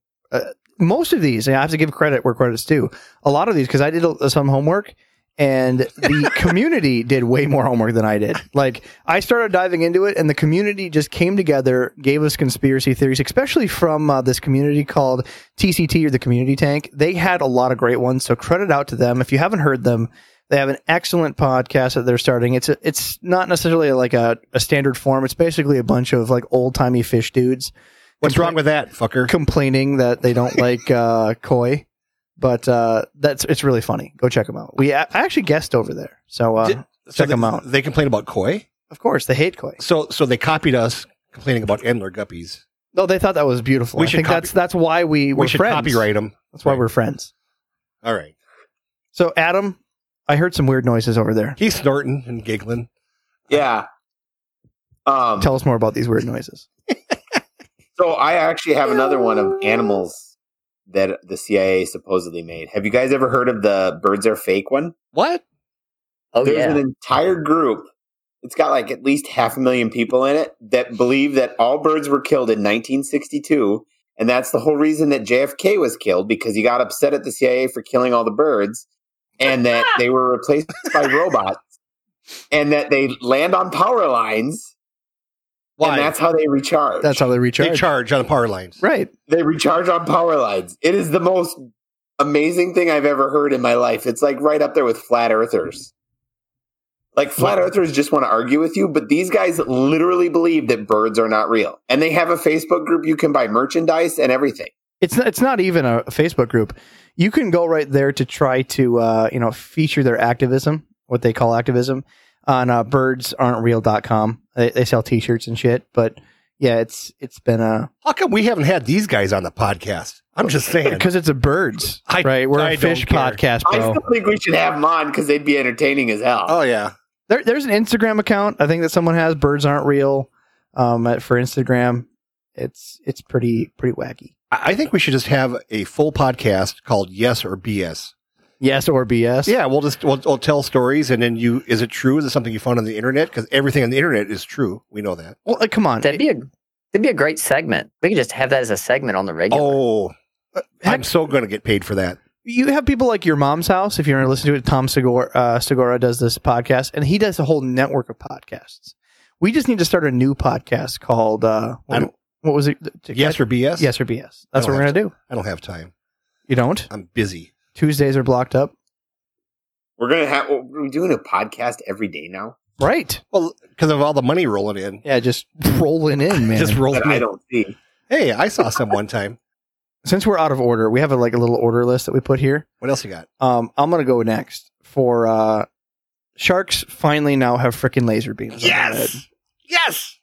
S3: most of these, and I have to give credit where credit's due. A lot of these, because I did uh, some homework, and the community did way more homework than I did. Like I started diving into it, and the community just came together, gave us conspiracy theories, especially from uh, this community called TCT or the Community Tank. They had a lot of great ones, so credit out to them. If you haven't heard them. They have an excellent podcast that they're starting. It's a, it's not necessarily like a, a standard form. It's basically a bunch of like old timey fish dudes
S4: What's wrong with that, fucker?
S3: complaining that they don't like uh, koi, but uh, that's it's really funny. Go check them out. We a- I actually guessed over there, so uh,
S4: Did-
S3: check
S4: they,
S3: them out.
S4: They complain about koi.
S3: Of course, they hate koi.
S4: So so they copied us complaining about Endler guppies.
S3: No, they thought that was beautiful.
S4: We
S3: I
S4: should
S3: think
S4: copy-
S3: that's that's why we
S4: We
S3: were
S4: should
S3: friends.
S4: copyright them.
S3: That's why we're friends.
S4: All right.
S3: So Adam, I heard some weird noises over there.
S4: He's snorting and giggling.
S5: Yeah. Um,
S3: Tell us more about these weird noises.
S5: so I actually have another one of animals that the CIA supposedly made. Have you guys ever heard of the birds are fake one?
S4: What?
S6: Oh
S5: There's
S6: yeah.
S5: an entire group. It's got like at least half a million people in it that believe that all birds were killed in 1962, and that's the whole reason that JFK was killed because he got upset at the CIA for killing all the birds, and that they were replaced by robots, and that they land on power lines,
S4: Why?
S5: And that's how they recharge.
S3: That's how they recharge.
S4: They charge on the power lines.
S3: Right.
S5: they recharge on power lines. It is the most amazing thing I've ever heard in my life. It's like right up there with flat earthers. Like flat earthers just want to argue with you, but these guys literally believe that birds are not real. And they have a Facebook group you can buy merchandise and everything.
S3: It's not, it's not even a Facebook group. You can go right there to try to uh, you know feature their activism, what they call activism, on uh, birdsaren'treal.com. They, they sell T-shirts and shit, but yeah, it's it's been a
S4: How come we haven't had these guys on the podcast? I'm just saying.
S3: because it's a birds
S4: I-
S3: right. We're a
S4: I don't
S3: fish
S4: care.
S3: podcast,
S5: I
S3: bro.
S5: still think we should have them on because they'd be entertaining as hell.
S4: Oh yeah,
S3: There, there's an Instagram account I think that someone has. Birds aren't real um, at- for Instagram. It's it's pretty pretty wacky.
S4: I I think we should just have a full podcast called Yes or BS.
S3: Yes or BS.
S4: Yeah, we'll just we'll, we'll tell stories, and then you is it true? Is it something you found on the internet? Because everything on the internet is true. We know that.
S3: Well, like, come on.
S6: That'd be a that'd be a great segment. We could just have that as a segment on the regular.
S4: Oh, I'm
S3: Heck-
S4: so going to get paid for that.
S3: you have people like your mom's house if you want to listen to it tom segura, uh, segura does this podcast and he does a whole network of podcasts we just need to start a new podcast called uh,
S4: I
S3: what,
S4: don't-
S3: what was it
S4: Yes or BS?
S3: yes or bs that's what we're gonna do
S4: I don't have time.
S3: you don't
S4: I'm busy.
S3: tuesdays are blocked up
S5: We're going to have, we're doing a podcast every day now
S3: right
S4: Well, because of all the money rolling in.
S3: yeah just rolling in man
S4: Just rolling.
S5: that I
S4: in.
S5: don't see.
S4: Hey, I saw some one time.
S3: since we're out of order we have a, like a little order list that we put here
S4: What else you got?
S3: um, i'm gonna go next for uh, sharks finally now have freaking laser beams on their head.
S4: yes.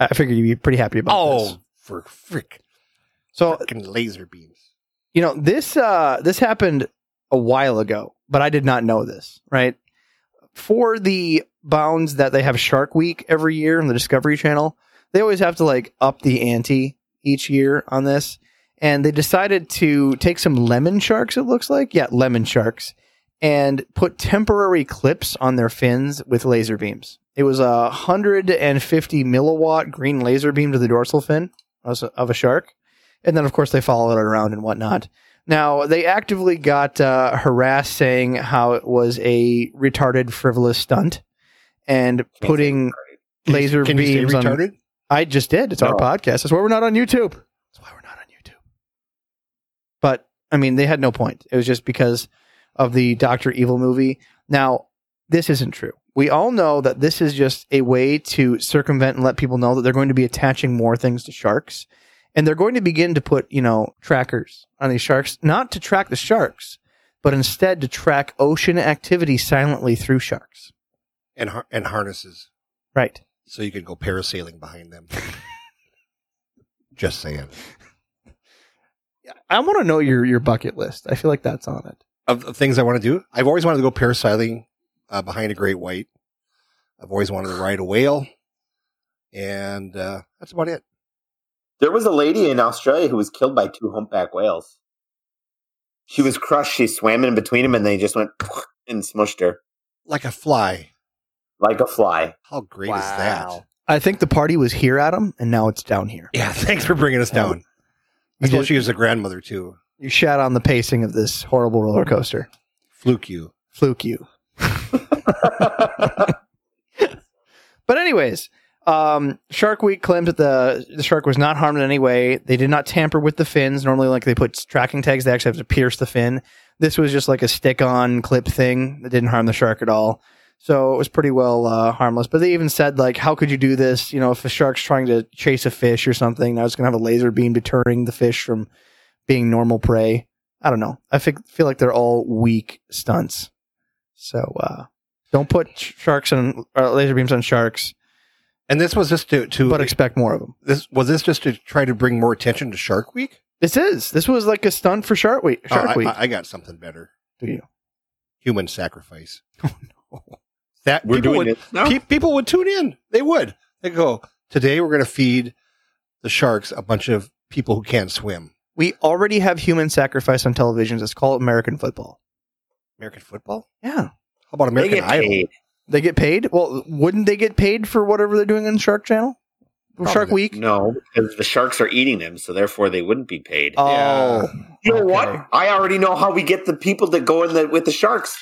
S3: i I figured you'd be pretty happy about this
S4: Oh, for frick!
S3: so
S4: Fucking laser beams.
S3: you know this uh this happened a while ago but i did not know this right for the bounds that they have shark week every year on the discovery channel they always have to like up the ante each year on this and they decided to take some lemon sharks it looks like yeah lemon sharks and put temporary clips on their fins with laser beams it was a 150 milliwatt green laser beam to the dorsal fin of a- of a shark and then of course they followed it around and whatnot. Now they actively got uh, harassed, saying how it was a retarded, frivolous stunt, and putting laser
S4: Can
S3: beams
S4: you say
S3: on.
S4: retarded?
S3: I just did. It's our
S5: No.
S3: podcast. That's why we're not on YouTube. That's why we're not on YouTube. But I mean, they had no point. It was just because of the Doctor Evil movie. Now, this isn't true. We all know that this is just a way to circumvent and let people know that they're going to be attaching more things to sharks. And they're going to begin to put, you know, trackers on these sharks, not to track the sharks, but instead to track ocean activity silently through sharks.
S4: And har- and harnesses,
S3: Right.
S4: so you can go parasailing behind them. just saying.
S3: I want to know your, your bucket list. I feel like that's on it.
S4: of the things I want to do. I've always wanted to go parasailing uh, behind a great white. I've always wanted to ride a whale, and uh, that's about it.
S5: There was a lady in Australia who was killed by two humpback whales. She was crushed. She swam in between them and they just went and smushed her
S4: Like a fly.
S5: like a fly.
S4: How great is that?
S6: Wow.
S3: I think the party was here, Adam, and now it's down here.
S4: Yeah, thanks for bringing us down. I
S3: You,
S4: told
S3: just,
S4: she was a grandmother too.
S3: you shat on the pacing of this horrible roller coaster.
S4: Fluke you.
S3: Fluke you. But anyways, um, Shark Week claims that the the shark was not harmed in any way. They did not tamper with the fins. Normally, like they put tracking tags, they actually have to pierce the fin. This was just like a stick-on clip thing that didn't harm the shark at all. So it was pretty well uh, harmless. But they even said like, how could you do this? You know, if a shark's trying to chase a fish or something, now it's going to have a laser beam deterring the fish from being normal prey. I don't know. I fig- feel like they're all weak stunts. So uh, don't put sh- sharks on uh, laser beams on sharks
S4: And this was just to to
S3: but expect more of them.
S4: this was this just to try to bring more attention to Shark Week.
S3: This is this was like a stunt for Shark Week. Shark
S4: Oh, I-
S3: Week.
S4: I, I got something better.
S3: Do you?
S4: Human sacrifice. That
S5: We're
S4: people
S5: doing
S4: would-
S5: it now.
S4: Pe- people would tune in. They would. They go, today we're going to feed the sharks a bunch of people who can't swim.
S3: we already have human sacrifice on televisions. Let's call it American football.
S4: American football?
S3: Yeah,
S4: How about
S5: They
S4: American
S5: get
S4: Idol?
S5: paid.
S3: they get paid. Well, wouldn't they get paid for whatever they're doing on Shark Channel, Shark
S4: Probably.
S3: Week?
S5: No, because the sharks are eating them, so therefore they wouldn't be paid.
S3: Oh,
S5: you know
S3: okay.
S5: what? I already know how we get the people that go in the, with the sharks.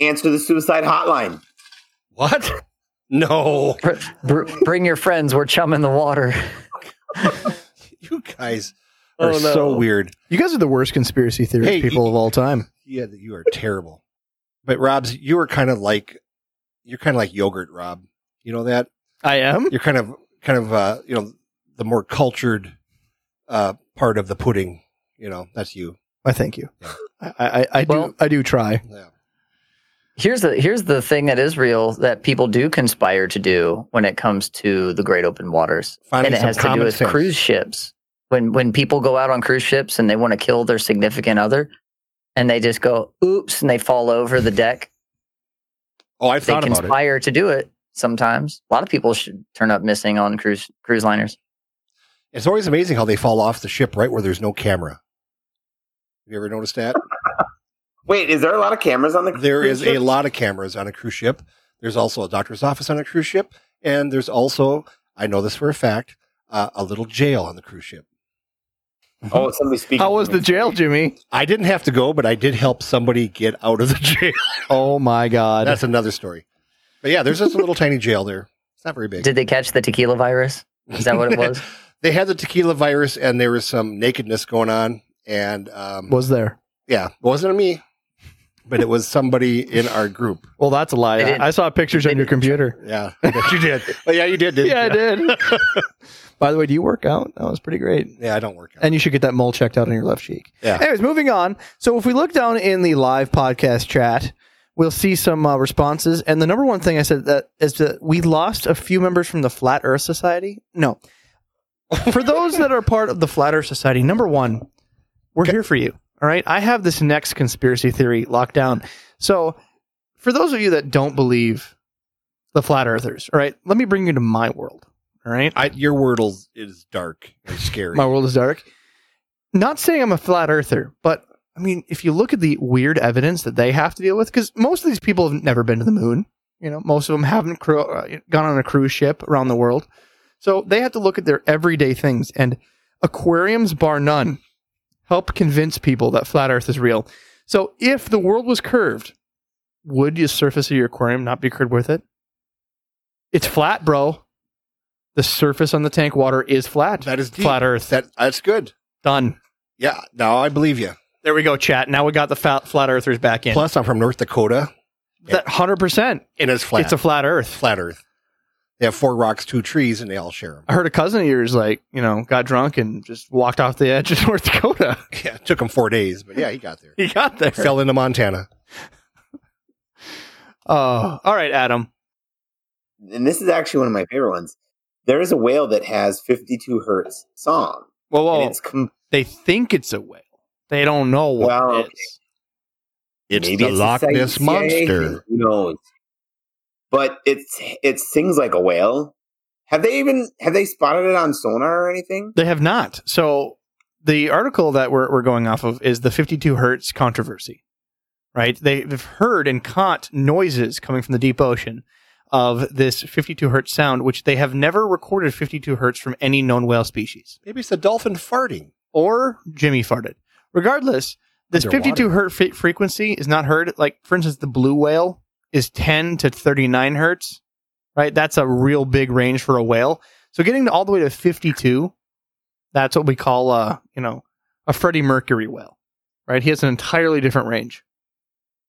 S5: Answer the suicide hotline.
S4: What? No,
S6: Br- br- bring your friends. We're chumming the water.
S4: you guys are
S6: Oh, no.
S4: so weird.
S3: You guys are the worst conspiracy theory
S4: Hey,
S3: people
S4: you-
S3: of all time.
S4: Yeah, you are terrible. But Rob's, you are kind of like you're kind of like yogurt, Rob. You know that
S3: I am.
S4: you're kind of kind of uh, you know the more cultured uh, part of the pudding. You know that's you.
S3: I thank you. I, I, I
S6: Well-
S3: do. I do try.
S4: Yeah.
S6: Here's the here's the thing that is real that people do conspire to do when it comes to the Great Open Waters,
S4: Finally,
S6: and it
S4: some
S6: has to do
S4: common
S6: with
S4: sense.
S6: cruise ships. When when people go out on cruise ships and they want to kill their significant other, and they just go oops and they fall over the deck,
S4: Oh, I've
S6: they
S4: thought about it.
S6: conspire to do it. Sometimes a lot of people should turn up missing on cruise cruise liners.
S4: It's always amazing how they fall off the ship right where there's no camera. Have you ever noticed that?
S5: Wait, is there a lot of cameras on the?
S4: There
S5: cruise
S4: is a
S5: ship?
S4: lot of cameras on a cruise ship. There's also a doctor's office on a cruise ship, and there's also, I know this for a fact, uh, a little jail on the cruise ship.
S5: Oh, somebody speaking.
S3: How was
S5: to
S3: the
S5: me.
S3: jail, Jimmy?
S4: I didn't have to go, but I did help somebody get out of the jail.
S3: Oh my God!
S4: That's another story. But yeah, there's just a little tiny jail there. It's not very big.
S6: Did they catch the tequila virus? Is that what it was?
S4: they had the tequila virus, and there was some nakedness going on, and um,
S3: was there?
S4: yeah, it wasn't me, but it was somebody in our group.
S3: Well, that's a lie.
S6: They didn't-
S3: I, I saw pictures
S6: they
S3: on your computer.
S4: Yeah, you did. Oh yeah, you did. Didn't
S3: Yeah, I
S4: you?
S3: did. By the way, do you work out? That was pretty great.
S4: Yeah, I don't work out.
S3: And you should get that mole checked out on your left cheek.
S4: Yeah.
S3: Anyways, moving on. So if we look down in the live podcast chat, we'll see some uh, responses. And the number one thing I said that is that we lost a few members from the Flat Earth Society. No. For those that are part of the Flat Earth Society, number one, we're here for you. All right. I have this next conspiracy theory locked down. So for those of you that don't believe the Flat Earthers, all right, let me bring you to my world. All right.
S4: I, your wordle is dark and scary.
S3: My world is dark. Not saying I'm a flat earther, but I mean, if you look at the weird evidence that they have to deal with, because most of these people have never been to the moon. You know, most of them haven't cru- uh, gone on a cruise ship around the world. So they have to look at their everyday things. And aquariums, bar none, help convince people that flat earth is real. So if the world was curved, would the surface of your aquarium not be curved with it? It's flat, bro. The surface on the tank water is flat.
S4: that is deep.
S3: Flat Earth.
S4: That that's good.
S3: Done.
S4: Yeah, now I believe you.
S3: There we go, chat. Now we got the fat, flat earthers back in.
S4: Plus, I'm from North Dakota,
S3: that 100%.
S4: and it's flat.
S3: It's a flat earth.
S4: flat Earth. They have four rocks, two trees, and they all share them.
S3: I heard a cousin of yours, like, you know, got drunk and just walked off the edge of North Dakota.
S4: Yeah, it took him four days, but yeah, he got there.
S3: he got there.
S4: Fell into Montana.
S3: Oh, all right, Adam.
S5: And this is actually one of my favorite ones. There is a whale that has 52 hertz song,
S3: Whoa, whoa.
S5: and it's com-
S3: they think it's a whale. They don't know what
S5: Well,
S3: it is.
S4: It's
S5: Maybe
S4: the Loch
S5: site
S4: Ness
S5: CIA,
S4: monster.
S5: Who knows? But it's it sings like a whale. Have they even have they spotted it on sonar or anything?
S3: They have not. So the article that we're, we're going off of is the 52 hertz controversy, right? They- They've heard and caught noises coming from the deep ocean of this 52 hertz sound, which they have never recorded 52 hertz from any known whale species.
S4: Maybe it's the dolphin farting.
S3: Or Jimmy farted. Regardless, this
S4: Underwater.
S3: 52 hertz fre- frequency is not heard. Like, for instance, the blue whale is 10 to 39 hertz, right? That's a real big range for a whale. So getting to all the way to 52, that's what we call, uh, you know, a Freddie Mercury whale, right? He has an entirely different range,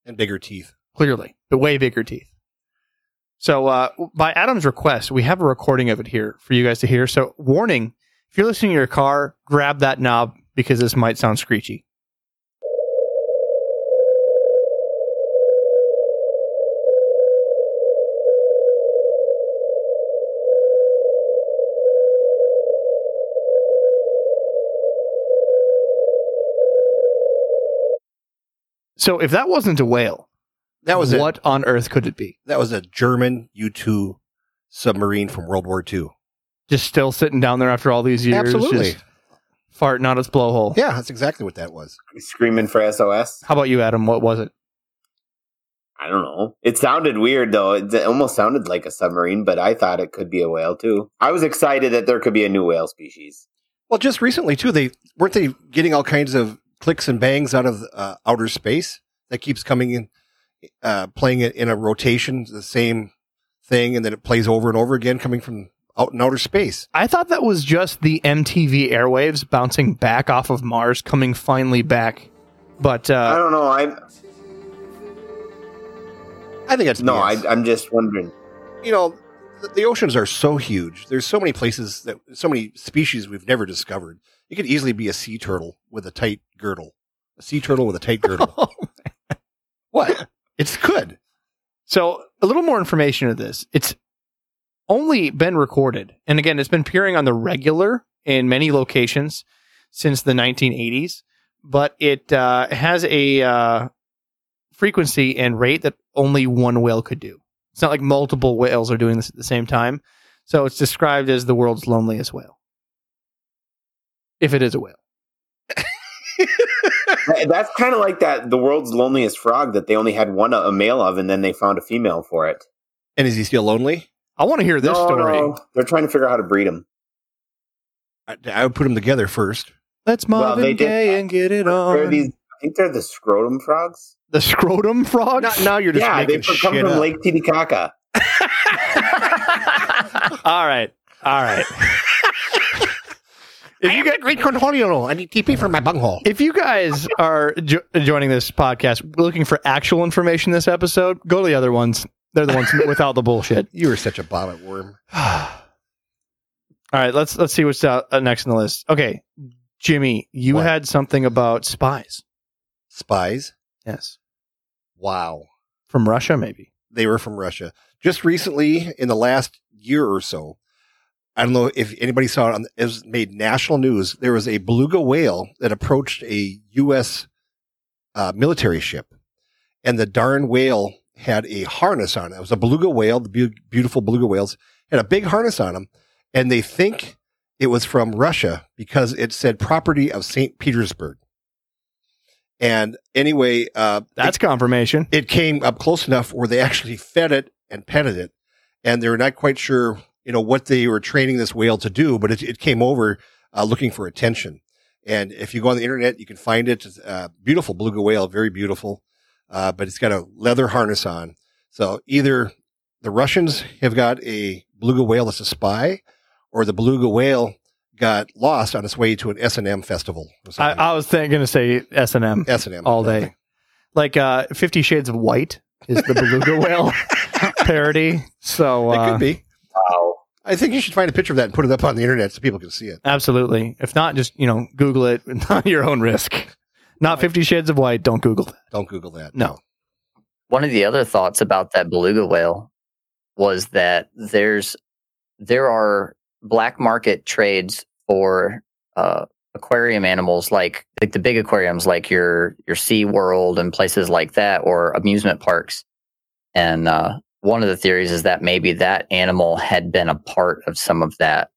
S4: and bigger teeth.
S3: clearly, but way bigger teeth. So uh, by Adam's request, we have a recording of it here for you guys to hear. So warning, if you're listening to your car, grab that knob because this might sound screechy. So if that wasn't a whale,
S4: That was
S3: what on earth could it be?
S4: A, that was a German U two submarine from World War II.
S3: Just still sitting down there after all these years,
S4: Absolutely.
S3: just farting out its blowhole.
S4: Yeah, that's exactly what that was.
S5: Screaming for SOS?
S3: How about you, Adam? What was it?
S5: I don't know. It sounded weird though. It almost sounded like a submarine, but I thought it could be a whale too. I was excited that there could be a new whale species.
S4: Well, just recently too, they weren't they getting all kinds of clicks and bangs out of uh, outer space that keeps coming in, uh, playing it in a rotation, the same thing, and then it plays over and over again, coming from out in outer space.
S3: I thought that was just the MTV airwaves bouncing back off of Mars, coming finally back. But
S5: I
S3: uh,
S5: don't know. I'm
S4: I think that's
S5: no. I,
S4: BS.
S5: I'm just wondering.
S4: you know, the, the oceans are so huge. There's so many places that so many species we've never discovered. It could easily be a sea turtle with a tight girdle. A sea turtle with a tight girdle.
S3: Oh,
S4: what? It's good.
S3: so a little more information of this. It's only been recorded, and again, it's been appearing on the regular in many locations since the 1980s. But it uh, has a uh, frequency and rate that only one whale could do. It's not like multiple whales are doing this at the same time. So it's described as the world's loneliest whale, if it is a whale.
S5: That- That's kind of like that the world's loneliest frog that they only had one a male of, and then they found a female for it.
S4: And is he still lonely?
S3: I want to hear this
S5: No,
S3: story.
S5: no, they're trying to figure out how to breed them.
S4: I, I would put them together first.
S3: Let's
S5: Well,
S3: Marvin
S5: they did-
S3: Gaye and get it
S5: They're
S3: on.
S5: these. I think they're the scrotum frogs.
S3: the scrotum frogs.
S4: Not, now you're just
S5: yeah, they
S4: making
S5: come from
S4: shit up.
S5: Lake Titicaca.
S3: all right, all right. if you guys,
S4: Great cornholio. I need TP for my bunghole.
S3: if you guys are jo- joining this podcast looking for actual information this episode, go to the other ones. They're the ones without the bullshit.
S4: You are such a bonnet worm.
S3: All right, let's let's see what's out, uh, next on the list. Okay, Jimmy, you
S4: What?
S3: had something about spies.
S4: Spies.
S3: Yes,
S4: Wow.
S3: from Russia, maybe.
S4: they were from Russia. Just recently, in the last year or so, I don't know if anybody saw it. On, it was made national news. There was a beluga whale that approached a U.S. Uh, military ship, and the darn whale had a harness on it. It was a beluga whale. The beau- beautiful beluga whales had a big harness on them, and they think it was from Russia because it said property of Saint Petersburg. And anyway, uh,
S3: That's confirmation.
S4: it came up close enough where they actually fed it and petted it. And they're not quite sure, you know, what they were training this whale to do, but it, it came over uh, looking for attention. And if you go on the internet, you can find it. It's, Uh, beautiful beluga whale, very beautiful. Uh, but it's got a leather harness on. So either the Russians have got a beluga whale that's a spy, or the beluga whale got lost on its way to an S and M festival. Or
S3: I,
S4: something.
S3: I was th- going to say S and M.
S4: S and M
S3: all day. Like uh, Fifty Shades of White is the beluga whale parody. So
S4: It
S3: uh,
S4: could be.
S5: Wow.
S4: I think you should find a picture of that and put it up on the internet so people can see it.
S3: absolutely. If not, just you know, Google it on your own risk. Not Fifty Shades of White. Don't Google that.
S4: Don't Google that.
S3: No.
S6: One of the other thoughts about that beluga whale was that there's there are black market trades for uh, aquarium animals like like the big aquariums like your your Sea World and places like that or amusement parks. And uh, one of the theories is that maybe that animal had been a part of some of that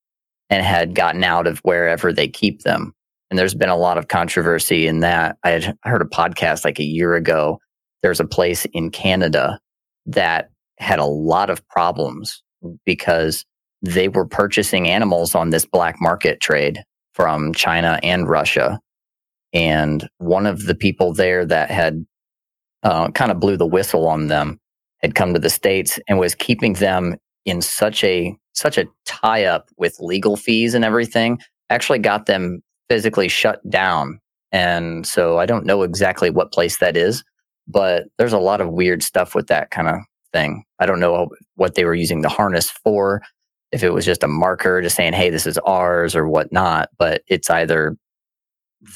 S6: and had gotten out of wherever they keep them. And there's been a lot of controversy in that. I had heard a podcast like a year ago there's a place in Canada that had a lot of problems because they were purchasing animals on this black market trade from China and Russia. And one of the people there that had uh, kind of blew the whistle on them had come to the States and was keeping them in such a such a tie up with legal fees and everything actually got them physically shut down. And so I don't know exactly what place that is, but there's a lot of weird stuff with that kind of thing. I don't know what they were using the harness for, if it was just a marker just saying, hey, this is ours or whatnot, but it's either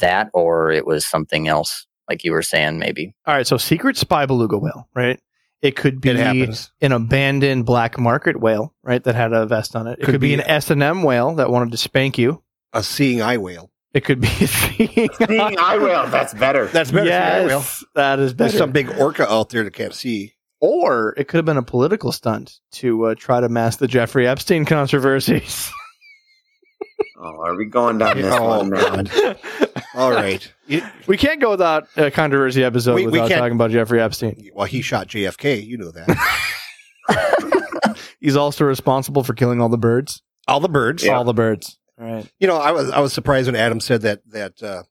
S6: that or it was something else, like you were saying, maybe.
S3: All right. So secret spy beluga whale. Right. It could be
S4: It happens.
S3: an abandoned black market whale. Right. That had a vest on it. It could,
S4: Could
S3: be,
S4: be.
S3: an S and M whale that wanted to spank you.
S4: A seeing eye whale.
S3: It could be.
S5: Seeing eye whale. That's better.
S4: That's better than an eye whale.
S3: yes, that is
S4: There's
S3: better.
S4: some big orca out there that can't see.
S3: or it could have been a political stunt to uh, try to mask the Jeffrey Epstein controversies.
S5: oh, are we going down this
S4: Oh,
S5: one? now?
S4: All right. You-
S3: we can't go without a controversy episode
S4: We- we
S3: without
S4: can't-
S3: talking about Jeffrey Epstein.
S4: well, he shot JFK. You know that.
S3: He's also responsible for killing all the birds.
S4: All the birds.
S3: All the birds. All right.
S4: You know, I was I was surprised when Adam said that that uh,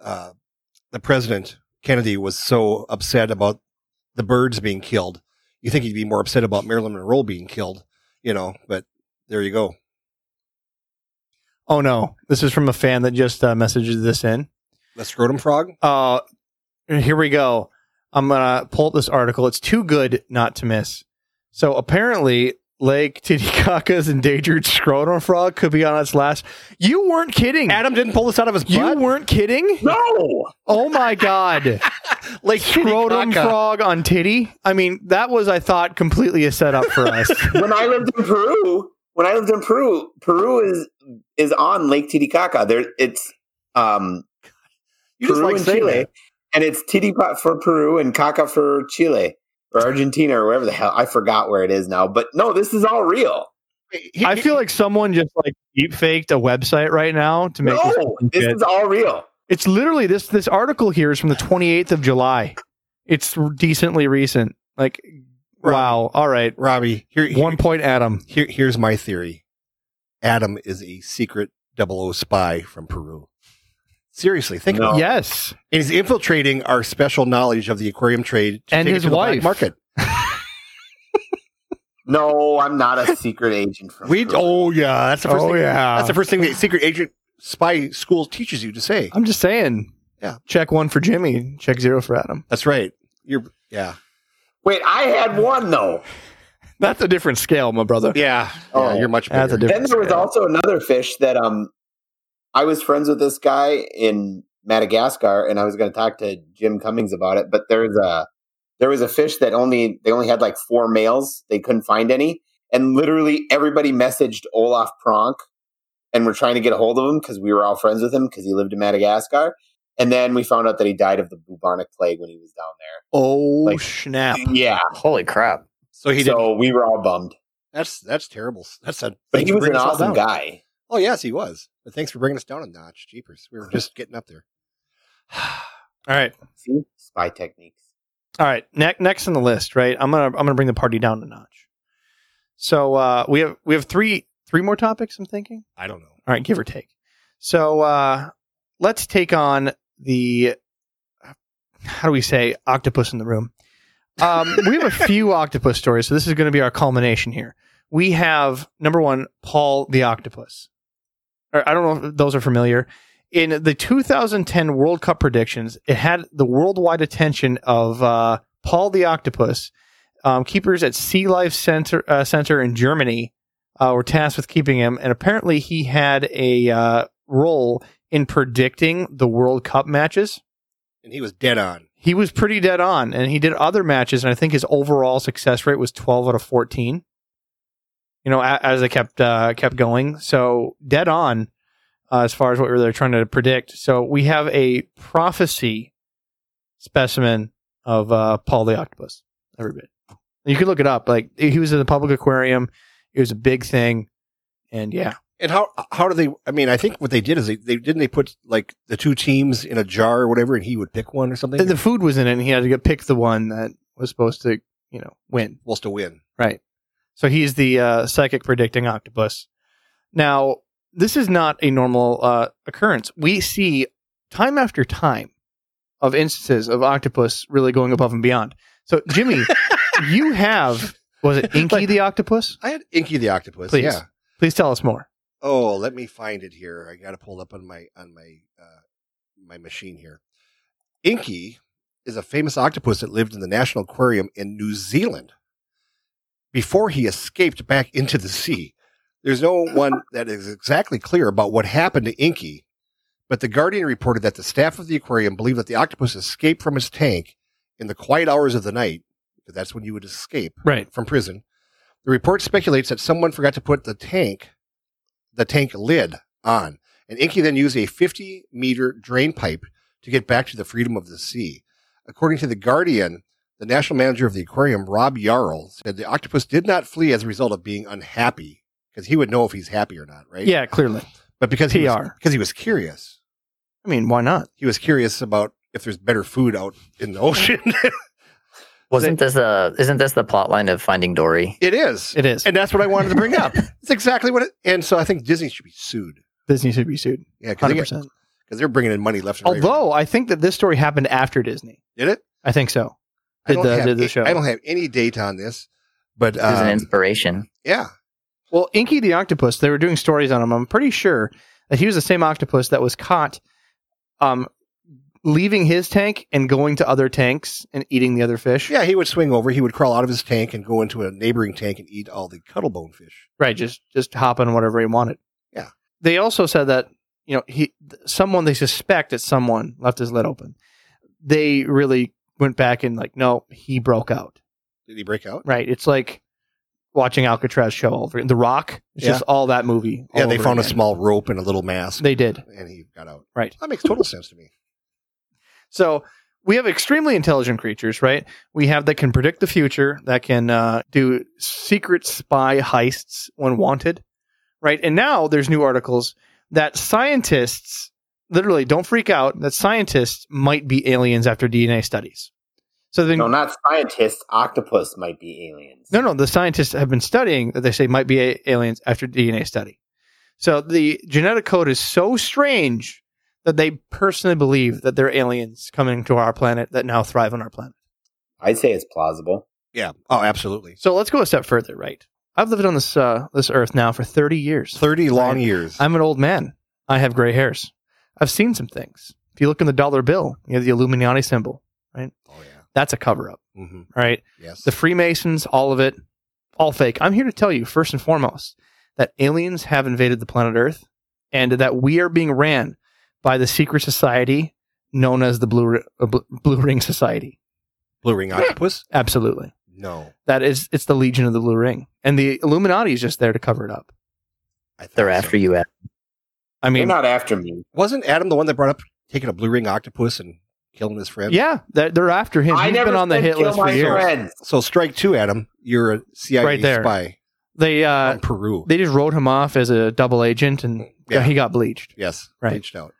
S4: uh, the president Kennedy was so upset about the birds being killed. You think he'd be more upset about Marilyn Monroe being killed, you know? But there you go.
S3: Oh no, this is from a fan that just uh, messaged this in.
S4: The scrotum frog.
S3: Uh, here we go. I'm gonna pull up this article. It's too good not to miss. So apparently, Lake Titicaca's endangered scrotum frog could be on its last. You weren't kidding.
S4: Adam didn't pull this out of his
S3: you
S4: butt.
S3: weren't kidding.
S5: No,
S3: Oh my god.
S4: like
S3: Scrotum
S4: Titicaca.
S3: frog on titty. I mean, that was I thought completely a setup for us.
S5: when I lived in Peru, when I lived in Peru, Peru is is on Lake Titicaca. There, it's um
S4: You just
S5: Peru
S4: like
S5: and
S4: saying
S5: Chile,
S4: that.
S5: and it's Titicaca for Peru and Caca for Chile or Argentina or wherever the hell I forgot where it is now. But no, this is all real.
S4: He-
S3: I feel like someone just like deep faked a website right now to make this
S5: No,
S3: sound
S5: this
S3: good.
S5: is all real.
S3: It's literally this this article here is from the 28th of July. It's decently recent. Like wow. All right.
S4: Robbie. Here, here-
S3: One point Adam.
S4: here- here's my theory. Adam is a secret 00 spy from Peru. Seriously, think
S5: No.
S4: about it.
S3: Yes.
S4: And he's infiltrating our special knowledge of the aquarium trade to
S3: And
S4: take it
S3: his
S4: to the black
S3: wife.
S4: market.
S5: No, I'm not a secret agent from
S4: We
S5: Peru.
S4: oh yeah, that's the first thing.
S3: yeah.
S4: That's the first thing that secret agent spy school teaches you to say.
S3: I'm just saying.
S4: Yeah.
S3: Check 1 for Jimmy, check 0 for Adam.
S4: That's right. You're yeah
S5: Wait, I had one though.
S3: That's a different scale, my brother.
S4: yeah.
S5: Oh.
S4: yeah you're much
S3: That's
S4: better.
S3: a different
S5: Then there was
S3: scale.
S5: also another fish that um I was friends with this guy in Madagascar and I was gonna talk to Jim Cummings about it, but there's a there was a fish that only they only had like four males. They couldn't find any. And literally everybody messaged Olaf Pronk and we're trying to get a hold of him because we were all friends with him because he lived in Madagascar. And then we found out that he died of the bubonic plague when he was down
S3: Oh
S5: Like-
S3: snap!
S5: there. Yeah.
S6: Ah, Holy crap.
S4: so he did.
S5: so we were all bummed.
S4: That's that's terrible. That's a.
S5: But
S4: thanks
S5: he
S4: for
S5: was
S4: bringing us
S5: an
S4: all
S5: awesome
S4: down.
S5: guy.
S4: Oh yes, he was. But thanks for bringing us down a notch. Jeepers, we were just getting up there.
S3: All right,
S5: See? Spy techniques.
S3: all right. Next, next on the list, right? I'm gonna I'm gonna bring the party down a notch. So uh, we have we have three three more topics. I'm thinking.
S4: I don't know.
S3: All right, give or take. So uh, let's take on the how do we say octopus in the room. Um, we have a few octopus stories, so this is going to be our culmination here. We have number one, Paul the octopus. Or, I don't know if those are familiar. In the 2010 World Cup predictions, it had the worldwide attention of uh, Paul the octopus. Um, keepers at Sea Life Center uh, Center in Germany uh, were tasked with keeping him, and apparently he had a uh, role in predicting the World Cup matches.
S4: And he was dead on.
S3: He was pretty dead on, and he did other matches, and I think his overall success rate was twelve out of fourteen. You know, a- as they kept uh, kept going, so dead on uh, as far as what we were trying to predict. So we have a prophecy specimen of uh, Paul the Octopus. Every bit. You could look it up. Like he was in the public aquarium. It was a big thing, and yeah.
S4: And how how do they? I mean, I think what they did is they, they didn't they put like the two teams in a jar or whatever, and he would pick one or something.
S3: the, the food was in it, and he had to get pick the one that was supposed to, you know, win.
S4: supposed to win.
S3: Right. So he's the uh, psychic predicting octopus. Now, this is not a normal uh, occurrence. We see time after time of instances of octopus really going above and beyond. So, Jimmy, you have was it Inky
S4: Like-
S3: the octopus?
S4: I had Inky the Octopus.
S3: Please.
S4: Yeah.
S3: Please tell us more.
S4: Oh, let me find it here. I got to pull up on my on my uh, my machine here. Inky is a famous octopus that lived in the National Aquarium in New Zealand before he escaped back into the sea. There's no one that is exactly clear about what happened to Inky, but the Guardian reported that the staff of the aquarium believed that the octopus escaped from his tank in the quiet hours of the night, because that's when you would escape
S3: Right.
S4: from prison. The report speculates that someone forgot to put the tank, the tank lid on, and Inky then used a 50 meter drain pipe to get back to the freedom of the sea. According to the Guardian, the national manager of the aquarium, Rob Yarl, said the octopus did not flee as a result of being unhappy, because he would know if he's happy or not, right?
S3: Yeah, clearly.
S4: but because he was,
S3: PR.
S4: because he was curious,
S3: I mean, why not?
S4: he was curious about if there's better food out in the ocean.
S6: Wasn't this a isn't this the plot line of Finding Dory?
S4: it is,
S3: It is.
S4: and that's what I wanted to bring up. It's exactly what. it And so I think Disney should be sued.
S3: Disney should be sued.
S4: Yeah, because
S3: Hundred
S4: they,
S3: percent.
S4: 'cause they're bringing in money left and right.
S3: Although I think that this story happened after Disney.
S4: did it?
S3: I think so.
S4: I
S3: Did
S4: don't,
S3: the-
S4: have,
S3: did the
S4: a-
S3: show.
S4: I don't have any date on this, but
S6: This is an
S4: um,
S6: inspiration.
S4: yeah,
S3: Well, Inky the octopus, they were doing stories on him. I'm pretty sure that he was the same octopus that was caught um leaving his tank and going to other tanks and eating the other fish.
S4: yeah, he would swing over. He would crawl out of his tank and go into a neighboring tank and eat all the cuttlebone fish.
S3: Right, just just hop on whatever he wanted.
S4: Yeah.
S3: They also said that, you know, he someone they suspect that someone left his lid open. They really went back and like, no, he broke out.
S4: Did he break out?
S3: Right. It's like watching Alcatraz show all over The Rock. It's
S4: Yeah.
S3: just all that movie. all
S4: yeah, they
S3: over
S4: found a
S3: again.
S4: small rope and a little mask,
S3: They did.
S4: and he got out.
S3: Right.
S4: That makes total sense to me.
S3: So we have extremely intelligent creatures, right? We have that can predict the future, that can uh, do secret spy heists when wanted, right? And now there's new articles that scientists literally don't freak out that scientists might be aliens after DNA studies. So then,
S5: No, not scientists. Octopus might be aliens.
S3: no, no, the scientists have been studying that they say might be a- aliens after DNA study. So the genetic code is so strange that they personally believe that they're aliens coming to our planet that now thrive on our planet.
S5: I'd say it's plausible.
S4: Yeah. Oh, absolutely.
S3: So let's go a step further, right? I've lived on this uh, this earth now for 30 years.
S4: Thirty long
S3: Right.
S4: years.
S3: I'm an old man. I have gray hairs. I've seen some things. If you look in the dollar bill, you have the Illuminati symbol.
S4: oh yeah.
S3: That's a cover up,
S4: hmm
S3: all right?
S4: Yes.
S3: The Freemasons, all of it, all fake. I'm here to tell you, first and foremost, that aliens have invaded the planet Earth and that we are being ran by the secret society known as the Blue, Ri- uh, Bl- Blue Ring Society.
S4: blue ring octopus.
S3: Absolutely.
S4: No.
S3: That is, it's the Legion of the Blue Ring. And the Illuminati is just there to cover it up.
S4: I thought
S6: They're
S4: so.
S6: after you, Ed.
S3: I
S5: They're
S3: mean,
S5: not after me.
S4: Wasn't Adam the one that brought up taking a blue ring octopus and killing his friend?
S3: Yeah, they're, they're after him.
S5: I
S3: He's
S5: never
S3: been on the
S5: said
S3: hit
S5: kill
S3: list for
S5: my
S3: years.
S5: friends.
S4: So strike two, Adam. You're a CIA
S3: Right there.
S4: spy
S3: They uh,
S4: from Peru.
S3: they just wrote him off as a double agent, and
S4: Yeah.
S3: he got bleached.
S4: yes.
S3: Right.
S4: Reached out.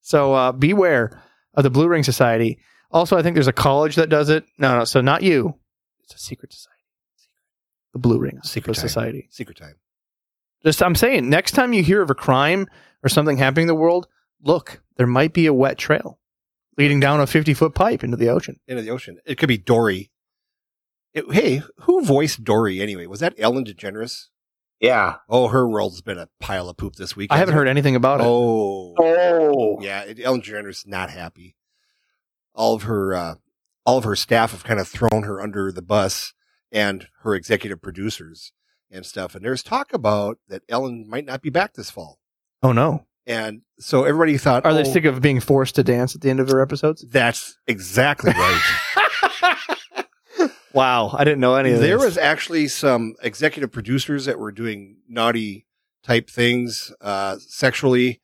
S3: So uh, beware of the Blue Ring Society. Also, I think there's a college that does it. No, no, so not you. It's a secret society. The Blue Ring
S4: Secret time.
S3: Society.
S4: Secret time.
S3: Just I'm saying, next time you hear of a crime or something happening in the world, look, there might be a wet trail leading down a 50 foot pipe into the ocean.
S4: Into the ocean. It could be Dory. It- hey, who voiced Dory anyway? Was that Ellen DeGeneres?
S5: Yeah.
S4: Oh, her world's been a pile of poop this week.
S3: I haven't heard anything about it.
S4: Oh.
S5: Oh.
S4: Yeah, it, Ellen DeGeneres not happy. All of her, uh, all of her staff have kind of thrown her under the bus, and her executive producers and stuff. And there's talk about that Ellen might not be back this fall,
S3: Oh no!
S4: and so everybody thought,
S3: Are
S4: oh,
S3: they sick of being forced to dance at the end of their episodes?
S4: That's exactly right.
S3: Wow, I didn't know any of
S4: there
S3: this.
S4: was actually some executive producers that were doing naughty type things uh, sexually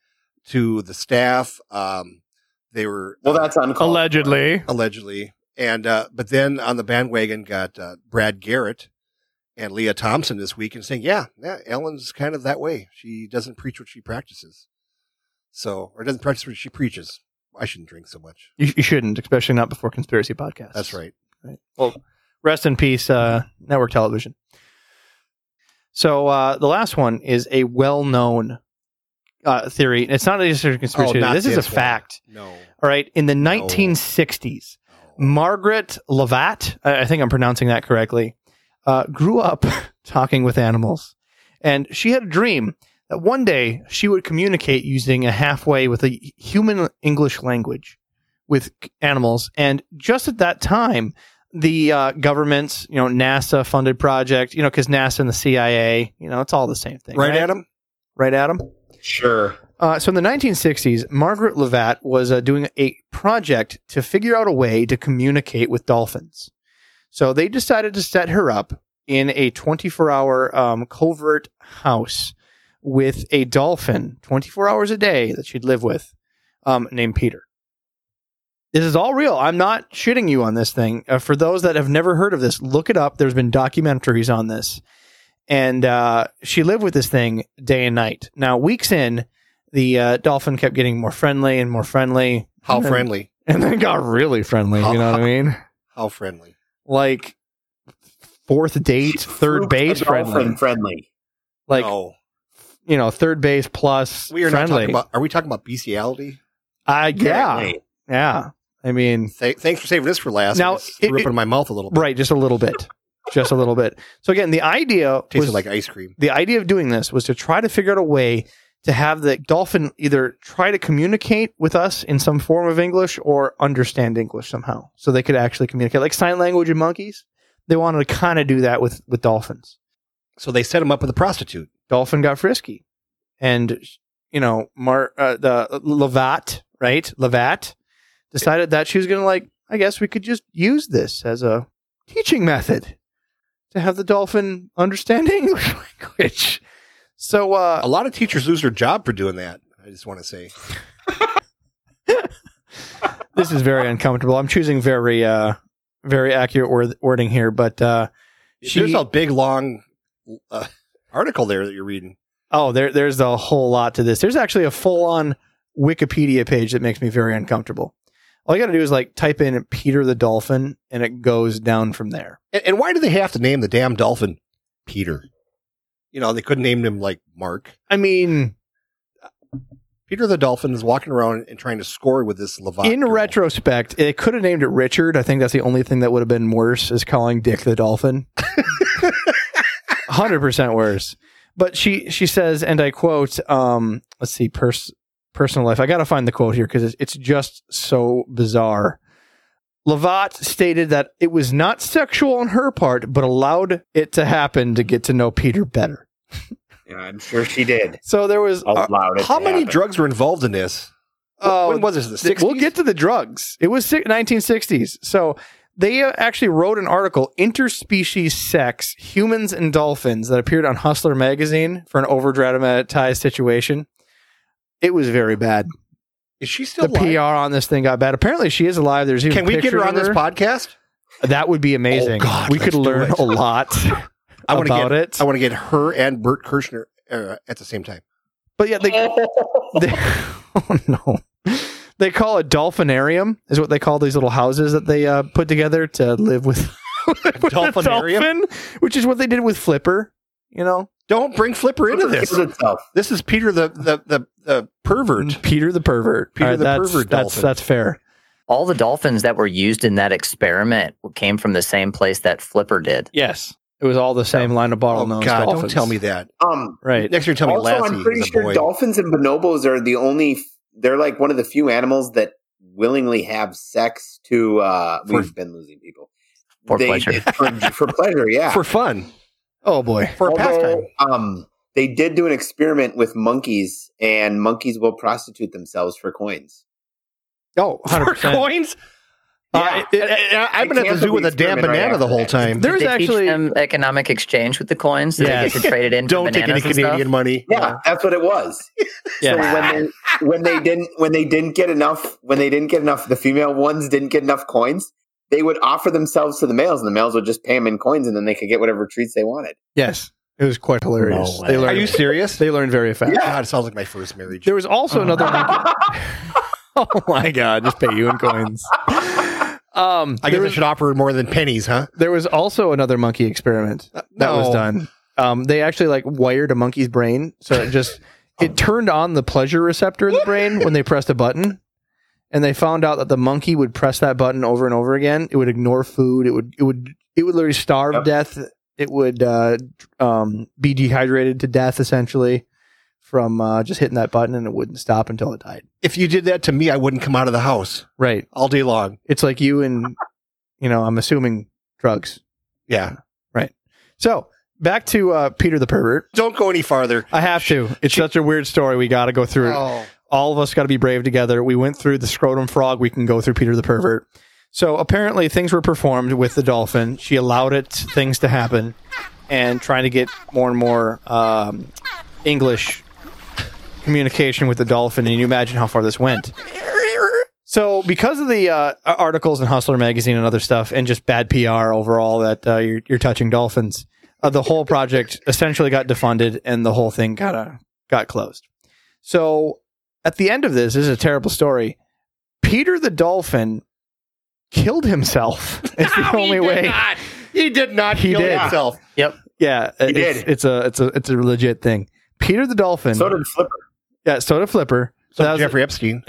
S4: to the staff. Um, they were uh,
S5: Well, that's uncalled.
S3: allegedly.
S4: allegedly. And uh, but then on the bandwagon got uh, Brad Garrett and Leah Thompson this week and saying, yeah, yeah, Ellen's kind of that way. She doesn't preach what she practices, so or doesn't practice what she preaches. I shouldn't drink so much.
S3: You, you shouldn't, especially not before conspiracy podcasts.
S4: That's right.
S3: Well, rest in peace, uh, network television. So uh, the last one is a well-known uh, theory. It's not just a conspiracy.
S4: Oh, not
S3: theory. This is a
S4: this one.
S3: fact.
S4: No.
S3: All right, in the 1960s, Margaret Lavatt, I I think I'm pronouncing that correctly, uh, grew up talking with animals. And she had a dream that one day she would communicate using a halfway with a h- human English language with c- animals. And just at that time, the uh, government's, you know, NASA funded project, you know, because NASA and the CIA, you know, it's all the same thing.
S4: Right, Adam?
S3: Right, Adam?
S5: Sure.
S3: Uh, so in the 1960s, Margaret Lavatt was uh, doing a project to figure out a way to communicate with dolphins. So they decided to set her up in a 24-hour um, covert house with a dolphin, 24 hours a day that she'd live with, um, named Peter. This is all real. I'm not shitting you on this thing. Uh, for those that have never heard of this, look it up. There's been documentaries on this. And uh, she lived with this thing day and night. Now, weeks in, the uh, dolphin kept getting more friendly and more friendly.
S4: How
S3: and then-
S4: friendly?
S3: And then got really friendly.
S4: How-
S3: You know what I mean?
S4: How friendly?
S3: Like fourth date, third
S5: Fruit
S3: base
S5: dolphin
S3: friendly.
S5: friendly.
S3: Like,
S4: no,
S3: you know, third base plus
S4: we are not
S3: friendly.
S4: talking about. Are we talking about bestiality?
S3: I, yeah.
S5: Apparently.
S3: Yeah. I I mean,
S4: Th- thanks for saving this for last.
S3: Now,
S4: Now, it threw
S3: it-
S4: up in my mouth a little bit.
S3: right, just a little bit, just a little bit. So again, the idea
S4: Tasted
S3: was
S4: like ice cream.
S3: the idea of doing this was to try to figure out a way to have the dolphin either try to communicate with us in some form of English or understand English somehow, so they could actually communicate, like sign language in monkeys. They wanted to kind of do that with with dolphins.
S4: So they set him up with a prostitute.
S3: Dolphin got frisky, and you know, Mar uh, the Lavat, right? Lavat decided that she was going to like. I guess we could just use this as a teaching method to have the dolphin understand English language. So, uh,
S4: A lot of teachers lose their job for doing that. I just want to say.
S3: this is very uncomfortable. I'm choosing very, uh, very accurate word- wording here, but uh, She-
S4: There's a big long uh, article there that you're reading.
S3: oh, there, there's a whole lot to this. There's actually a full-on Wikipedia page that makes me very uncomfortable. All you got to do is like type in Peter the dolphin, and it goes down from there.
S4: And, and why do they have to name the damn dolphin Peter? You know, they could name him like Mark.
S3: I mean,
S4: Peter the dolphin is walking around and trying to score with this Levant.
S3: in
S4: girl.
S3: retrospect, it could have named it Richard. I think that's the only thing that would have been worse is calling Dick the dolphin. 100% worse. But she she says and I quote um let's see pers- personal life. I got to find the quote here cuz it's, it's just so bizarre. Lavat stated that it was not sexual on her part but allowed it to happen to get to know Peter better.
S5: Yeah, I'm sure she did.
S3: So there was
S5: Allowed it
S4: How
S5: to
S4: many
S5: happen.
S4: drugs were involved in this?
S3: Oh,
S4: when was this? The
S3: Th-
S4: 60s?
S3: We'll get to the drugs. It was si- 1960s. So they uh, actually wrote an article, Interspecies Sex, Humans and Dolphins, that appeared on Hustler magazine for an overdramatized situation. It was very bad.
S4: Is she still
S3: the
S4: alive?
S3: PR on this thing got bad. Apparently, she is alive. There's even
S4: Can we get
S3: pictures
S4: her on
S3: of
S4: this podcast?
S3: That would be amazing.
S4: Oh, God,
S3: we could
S4: let's do
S3: learn
S4: it.
S3: a lot
S4: I want to
S3: about
S4: get.
S3: it.
S4: I want to get her and Bert Kirschner uh, at the same time.
S3: But yeah, they, they oh no, they call it dolphinarium is what they call these little houses that they uh, put together to live with, with a
S4: dolphinarium?
S3: dolphin, which is what they did with Flipper. You know,
S4: Don't bring Flipper into
S5: It
S4: this.
S5: kills itself.
S4: This is Peter the the the, the pervert.
S3: Peter the pervert.
S4: Peter the
S3: that's,
S4: pervert
S3: That's
S4: dolphin.
S3: that's fair.
S6: All the dolphins that were used in that experiment came from the same place that Flipper did.
S3: Yes, it was all the same line of
S4: Oh
S3: bottlenose.
S4: God! Don't
S3: dolphins.
S4: tell me that.
S5: Um,
S3: Right.
S4: Next year, tell me
S5: also,
S4: Lassie
S5: I'm pretty
S4: is a
S5: sure
S4: boy.
S5: dolphins and bonobos are the only. They're like one of the few animals that willingly have sex to. uh
S4: For-
S5: We've been losing people
S6: For pleasure.
S5: for, for pleasure, yeah.
S4: for fun,
S3: Oh boy.
S4: for a pastime.
S5: Although, um, they did do an experiment with monkeys, and monkeys will prostitute themselves for coins.
S3: Oh, 100
S4: For
S3: percent.
S4: coins.
S5: Yeah.
S4: Uh, it- it- I- I've been
S5: I
S4: at the
S5: canceled
S4: zoo with
S5: the
S4: a damn
S5: experiment right
S4: banana
S5: after
S4: the whole
S5: that.
S4: time.
S3: There's
S6: Did they
S3: actually-
S6: teach them economic exchange with the coins. Did
S3: Yes.
S6: they get to trade it in? for
S4: Don't take any
S6: bananas and stuff?
S4: Canadian money.
S5: Yeah, that's what it was.
S3: Yeah.
S5: So when they when they didn't when they didn't get enough when they didn't get enough the female ones didn't get enough coins, they would offer themselves to the males, and the males would just pay them in coins, and then they could get whatever treats they wanted.
S3: Yes, it was quite hilarious. they
S4: Are
S3: learned.
S4: you serious?
S3: they learned very fast.
S4: God, it sounds like my first marriage.
S3: There was also another monkey. oh my god! Just pay you in coins. Um,
S4: I guess
S3: there
S4: I
S3: was-
S4: should offer more than pennies, huh?
S3: There was also another monkey experiment Uh, that was
S4: Uh, no.
S3: done. Um, they actually like wired a monkey's brain, so it just it turned on the pleasure receptor in the brain when they pressed a button, and they found out that the monkey would press that button over and over again. It would ignore food. It would it would it would literally starve
S5: Yep.
S3: to death. It would uh, um, be dehydrated to death essentially from uh, just hitting that button, and it wouldn't stop until it died.
S4: If you did that to me, I wouldn't come out of the house
S3: Right.
S4: all day long.
S3: It's like you and you know. I'm assuming drugs.
S4: Yeah.
S3: So back to uh, Peter the pervert.
S4: Don't go any farther.
S3: I have to. It's such a weird story. We got to go through it. All of us got to be brave together. We went through the scrotum frog. We can go through Peter the pervert. So apparently, things were performed with the dolphin. She allowed it things to happen, and trying to get more and more um, English communication with the dolphin. And you imagine how far this went. So, because of the uh, articles in Hustler magazine and other stuff, and just bad PR overall that uh, you're, you're touching dolphins, uh, the whole project essentially got defunded, and the whole thing got uh, got closed. So, at the end of this, this is a terrible story. Peter the dolphin killed himself. It's the only way.
S4: He did not
S3: He
S4: kill
S3: did.
S4: himself.
S3: Yeah, it's,
S5: did.
S3: it's a it's a it's a legit thing. Peter the dolphin.
S5: So did Flipper.
S3: yeah, soda flipper.
S4: So
S3: That was-
S4: Jeffrey Epstein.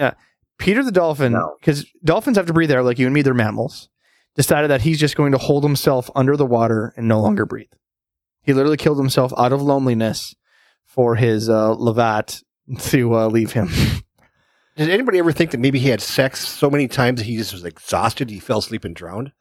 S3: Peter the dolphin,
S5: No.
S3: because dolphins have to breathe air like you and me, they're mammals, decided that he's just going to hold himself under the water and no longer breathe. He literally killed himself out of loneliness for his uh, Levat to uh, leave him.
S4: Did anybody ever think that maybe he had sex so many times that he just was exhausted, he fell asleep and drowned?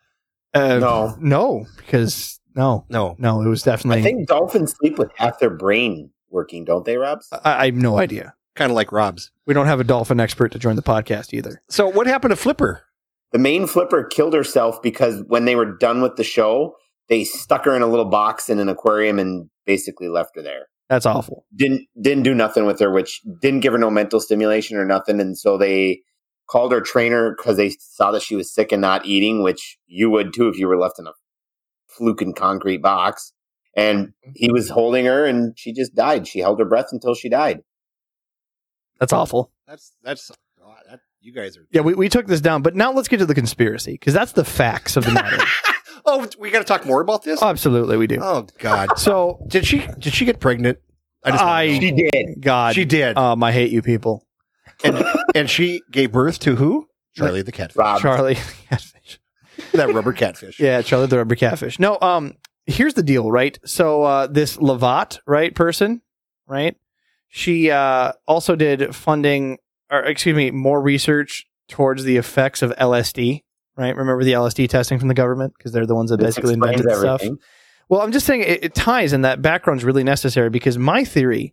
S3: Uh,
S5: No.
S3: No, because no,
S4: No.
S3: no, it was definitely.
S5: I think dolphins sleep with half their brain working, don't they, Robs?
S3: I, I have no idea.
S4: Kind of like Rob's.
S3: We don't have a dolphin expert to join the podcast either.
S4: So what happened to Flipper?
S5: The main flipper killed herself because when they were done with the show, they stuck her in a little box in an aquarium and basically left her there.
S3: That's awful.
S5: Didn't didn't do nothing with her, which didn't give her no mental stimulation or nothing. And so they called her trainer because they saw that she was sick and not eating, which you would too if you were left in a fluking concrete box. And he was holding her, and she just died. She held her breath until she died.
S3: That's awful.
S4: That's that's God, that, you guys are
S3: Yeah, we, we took this down, but now let's get to the conspiracy because that's the facts of the matter.
S4: Oh, we got to talk more about this?
S3: Absolutely, we do.
S4: oh God.
S3: So,
S4: Uh, Did she did she get pregnant? wanna
S3: I-
S4: know.
S3: She
S5: did.
S3: God,
S4: she did.
S3: um, I hate you people.
S4: and and she gave birth to who? Charlie the catfish.
S5: Rob,
S3: Charlie, catfish.
S4: that rubber catfish.
S3: yeah, Charlie the rubber catfish. No, um, here's the deal, right? So, uh, this Lavat, right, person, right? She uh, also did funding, or excuse me, more research towards the effects of LSD, right? Remember the LSD testing from the government because they're the ones that
S5: this
S3: basically
S5: explains
S3: invented the stuff. Well, I'm just saying it, it ties, and that background's really necessary because my theory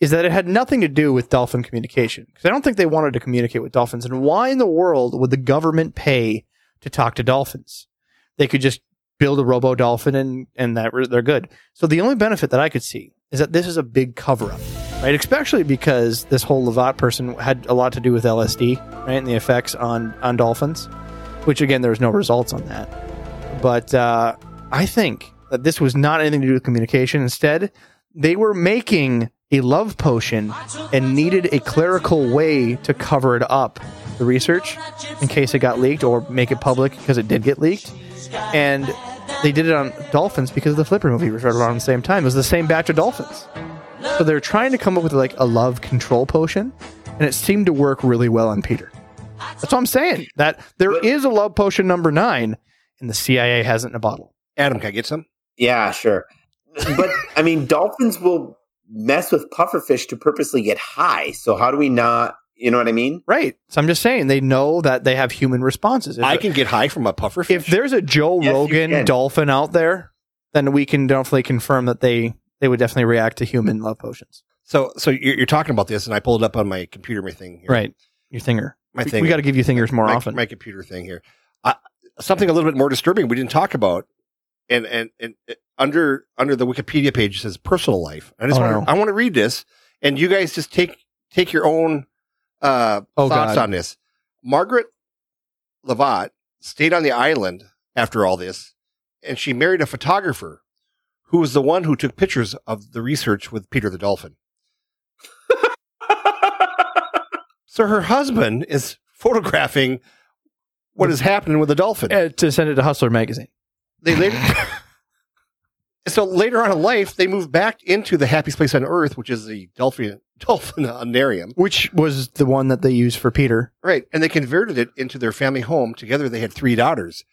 S3: is that it had nothing to do with dolphin communication because I don't think they wanted to communicate with dolphins. And why in the world would the government pay to talk to dolphins? They could just build a robo dolphin and and that they're good. So the only benefit that I could see is that this is a big cover up, right? Especially because this whole Levat person had a lot to do with LSD, right, and the effects on on dolphins, which again there was no results on that but uh, I think that this was not anything to do with communication. Instead, they were making a love potion and needed a clerical way to cover it up, the research, in case it got leaked or make it public because it did get leaked. And they did it on dolphins because the Flipper movie was right around the same time. It was the same batch of dolphins. So they're trying to come up with like a love control potion, and it seemed to work really well on Peter. That's what I'm saying. That there is a love potion number nine, and the CIA has it in a bottle.
S4: Adam, can I get some?
S5: Yeah, sure. But I mean, dolphins will mess with pufferfish to purposely get high. So how do we not? You know what I mean?
S3: Right. So I'm just saying they know that they have human responses. If,
S4: I can get high from a puffer
S3: if
S4: fish.
S3: there's a Joe
S5: Yes, you
S3: Rogan
S5: can.
S3: dolphin out there, then we can definitely confirm that they they would definitely react to human love potions.
S4: So so you're, you're talking about this, and I pulled it up on my computer, my thing. Here.
S3: Right. Your thinger.
S4: My
S3: We-
S4: thing.
S3: We got to give you thingers more
S4: my,
S3: often.
S4: my computer thing here. Uh, something a little bit more disturbing we didn't talk about, and and and uh, under under the Wikipedia page it says personal life. I just
S3: Oh,
S4: want
S3: no.
S4: to I want to read this, and you guys just take take your own uh,
S3: Oh,
S4: thoughts
S3: God.
S4: on this. Margaret Lavat stayed on the island after all this, and she married a photographer who was the one who took pictures of the research with Peter the dolphin. So her husband is photographing what is happening with the dolphin.
S3: Uh, to send it to Hustler magazine.
S4: they later so later on in life they moved back into the happiest place on earth which is the dolphin dolphinarium
S3: Which was the one that they used for Peter.
S4: right and they converted it into their family home together they had three daughters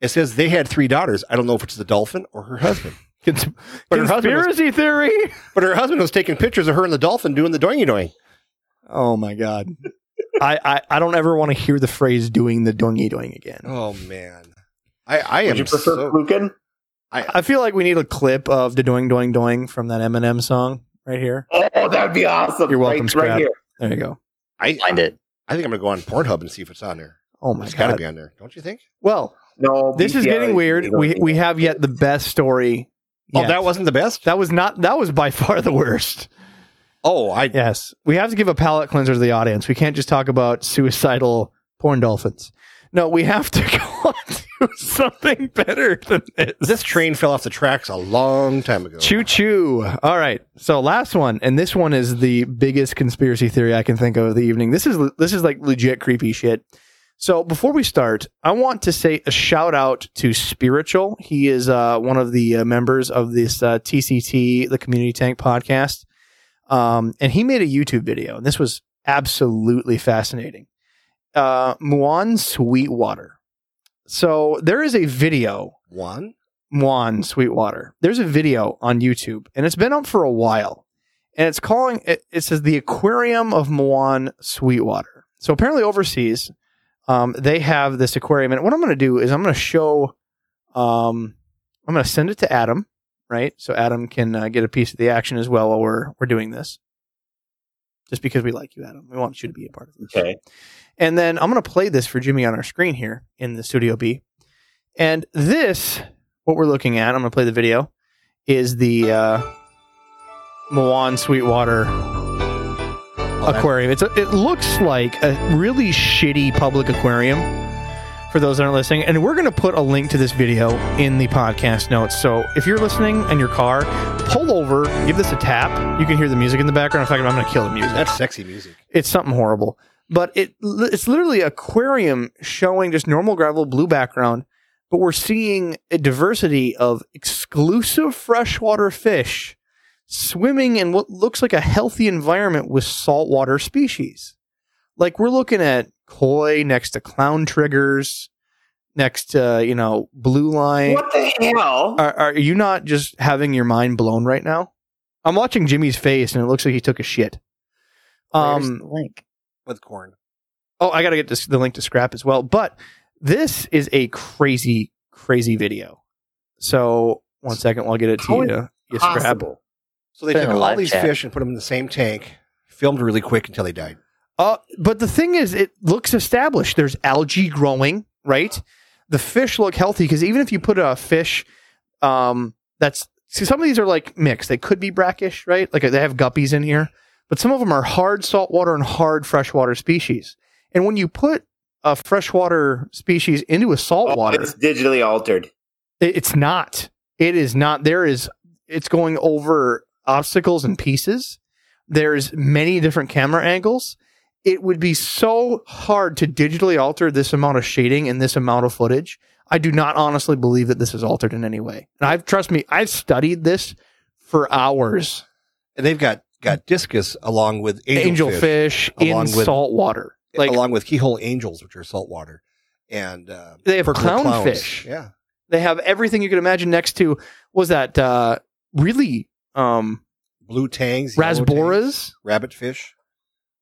S4: it says they had three daughters i don't know if it's the dolphin or her husband
S3: Cons-
S4: But her husband was-
S3: Conspiracy theory.
S4: but her husband was taking pictures of her and the dolphin doing the doingy doing
S3: Oh my god. I, I, I don't ever want to hear the phrase doing the doingy doing again.
S4: oh man i i
S5: Would
S4: am
S5: you prefer
S4: so,
S5: fluking?
S3: I feel like we need a clip of the doing doing doing from that Eminem song right here.
S5: Oh, that'd be awesome!
S3: You're welcome,
S5: Right,
S3: Scrap.
S5: right here.
S3: There you go.
S4: I,
S6: Find it.
S4: I think i'm gonna go on pornhub and see if it's on there
S3: Oh my
S4: it's gotta
S3: god.
S4: be on there don't you think
S3: Well,
S5: No,
S3: this is
S5: BTR,
S3: getting
S5: you
S3: weird.
S5: don't
S3: We
S5: need
S3: we
S5: it.
S3: have yet the best story.
S4: oh
S3: yet.
S4: that wasn't the best
S3: that was not that was by far the worst.
S4: oh i
S3: Yes. We have to give a palate cleanser to the audience. We can't just talk about suicidal porn dolphins. No, we have to go on to something better than this.
S4: this train fell off the tracks a long time ago
S3: Choo choo. All right. So last one, and this one is the biggest conspiracy theory I can think of of the evening. This is this is like legit creepy shit. So before we start, I want to say a shout out to Spiritual. He is uh, one of the uh, members of this uh, TCT, the Community Tank podcast, um, and he made a YouTube video, and this was absolutely fascinating. uh, Muan Sweetwater. So there is a video
S4: One.
S3: Juan Sweetwater. There's a video on YouTube, and it's been up for a while, and it's calling it. It says the Aquarium of Juan Sweetwater. So apparently, overseas, um, they have this aquarium. And what I'm going to do is I'm going to show. Um, I'm going to send it to Adam, right? So Adam can uh, get a piece of the action as well while we're we're doing this. Just because we like you, Adam, we want you to be a part of this.
S5: Okay.
S3: And then I'm going to play this for Jimmy on our screen here in the Studio B. And this, what we're looking at, I'm going to play the video, is the uh, Moan Sweetwater Aquarium. It's a, it looks like a really shitty public aquarium for those that aren't listening. And we're going to put a link to this video in the podcast notes. So if you're listening in your car, pull over, give this a tap. You can hear the music in the background. In fact, I'm going to kill the music
S4: That's sexy music.
S3: it's something horrible. But it it's literally aquarium showing just normal gravel blue background, but we're seeing a diversity of exclusive freshwater fish swimming in what looks like a healthy environment with saltwater species. Like we're looking at koi next to clown triggers, next to you know blue line.
S5: What the hell?
S3: Are, are you not just having your mind blown right now? I'm watching Jimmy's face, and it looks like he took a shit. Um,
S6: Where's the link.
S4: With corn.
S3: Oh, I got to get this, the link to Scrap as well. But this is a crazy, crazy video. So one second, while I get it to you.
S5: How is
S3: you Scrap.
S5: Possible.
S4: So they
S6: Put it in
S4: took
S6: a
S4: all
S6: live
S4: these
S6: chat.
S4: fish and put them in the same tank, filmed really quick until they died.
S3: Uh, but the thing is, it looks established. There's algae growing, right? The fish look healthy because even if you put a fish, um, that's see, some of these are like mixed. They could be brackish, right? Like they have guppies in here, but some of them are hard saltwater and hard freshwater species. And when you put a freshwater species into a
S5: Oh,
S3: saltwater,
S5: It's digitally altered.
S3: It- It's not. It is not. There is. It's going over obstacles and pieces. There's many different camera angles. It would be so hard to digitally alter this amount of shading and this amount of footage. I do not honestly believe that this is altered in any way. And I've trust me, I've studied this for hours.
S4: And they've got got discus along with angel,
S3: Angelfish
S4: fish,
S3: in
S4: along with-
S3: salt water. Like
S4: along with keyhole angels, which are saltwater, and uh,
S3: they have
S4: for clowns.
S3: clownfish.
S4: Yeah,
S3: They have everything you could imagine next to was that uh really um
S4: blue tangs, yellow tangs,
S3: rasboras
S4: rabbit fish,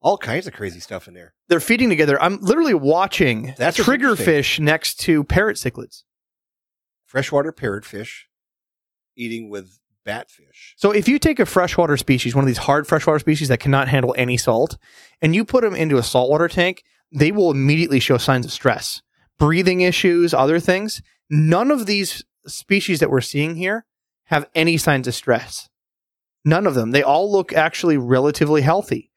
S4: all kinds of crazy stuff in there.
S3: they're feeding together. I'm literally watching
S4: That's what's
S3: triggerfish next to parrot cichlids.
S4: Freshwater parrotfish eating with batfish.
S3: So if you take a freshwater species, one of these hard freshwater species that cannot handle any salt, and you put them into a saltwater tank, they will immediately show signs of stress, breathing issues, other things. None of these species that we're seeing here have any signs of stress. None of them. They all look actually relatively healthy.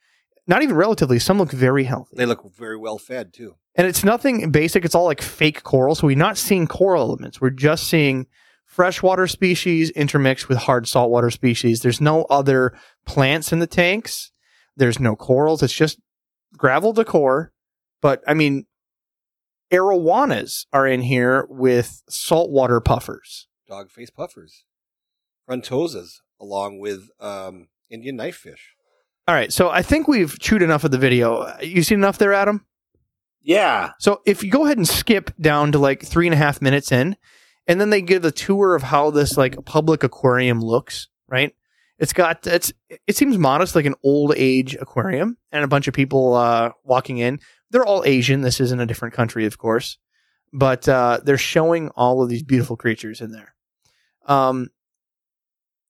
S3: Not even relatively, some look very healthy.
S4: They look very well fed too.
S3: And it's nothing basic. It's all like fake coral. So we're not seeing coral elements. We're just seeing freshwater species intermixed with hard saltwater species. There's no other plants in the tanks. There's no corals. It's just gravel decor. But I mean, arowanas are in here with saltwater puffers.
S4: Dog face puffers, frontosas, along with um, Indian knife fish.
S3: All right. So I think we've chewed enough of the video. You seen enough there, Adam?
S5: Yeah.
S3: So if you go ahead and skip down to like three and a half minutes in, and then they give a tour of how this like public aquarium looks, right? It's got it's it seems modest, like an old age aquarium, and a bunch of people uh, walking in. They're all Asian. This isn't a different country, of course, but uh, they're showing all of these beautiful creatures in there. Um,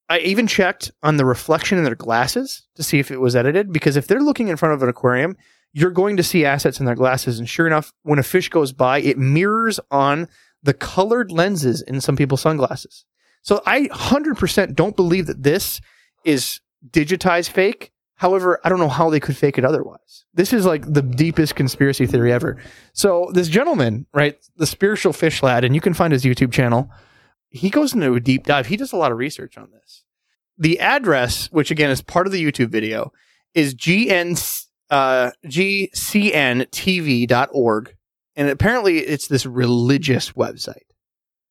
S3: I even checked on the reflection in their glasses to see if it was edited because if they're looking in front of an aquarium, you're going to see assets in their glasses. And sure enough, when a fish goes by, it mirrors on the colored lenses in some people's sunglasses. So I 100% don't believe that this is digitized fake. However, I don't know how they could fake it otherwise. This is like the deepest conspiracy theory ever. So this gentleman, right, the spiritual fish lad, and you can find his YouTube channel. He goes into a deep dive. He does a lot of research on this. The address, which again is part of the YouTube video, is GN, uh, gcntv.org. And apparently it's this religious website.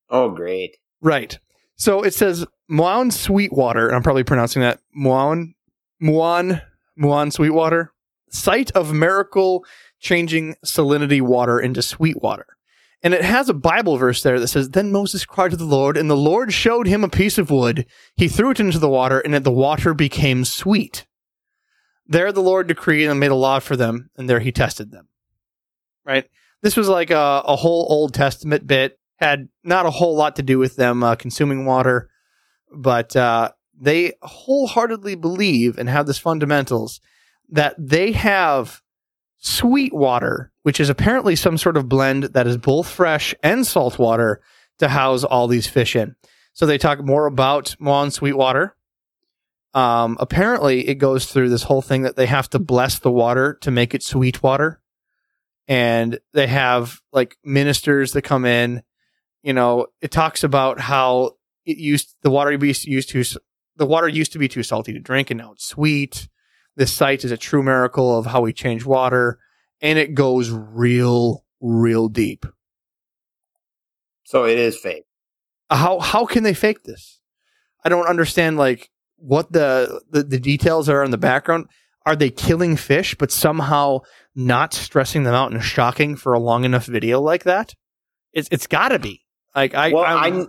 S5: Oh, great.
S3: Right. So it says Muan Sweetwater, and I'm probably pronouncing that Muan, Muan, Muan Sweetwater. site of miracle changing salinity water into sweet water. And it has a Bible verse there that says, Then Moses cried to the Lord, and the Lord showed him a piece of wood. He threw it into the water, and the water became sweet. There the Lord decreed and made a law for them, and there he tested them. Right? This was like a, a whole Old Testament bit, had not a whole lot to do with them uh, consuming water, but uh, they wholeheartedly believe and have this fundamentals that they have sweet water, which is apparently some sort of blend that is both fresh and salt water to house all these fish in. So they talk more about Mon Sweetwater. Um, apparently, it goes through this whole thing that they have to bless the water to make it sweet water. And they have like ministers that come in. You know, it talks about how it used the water used used to the water used to be too salty to drink, and now it's sweet this site is a true miracle of how we change water and it goes real real deep
S5: So it is fake.
S3: how how can they fake this i don't understand like what the the, the details are in the background are they killing fish but somehow not stressing them out and shocking for a long enough video like that it's it's got to be like i
S5: well,
S3: I'm,
S5: I'm,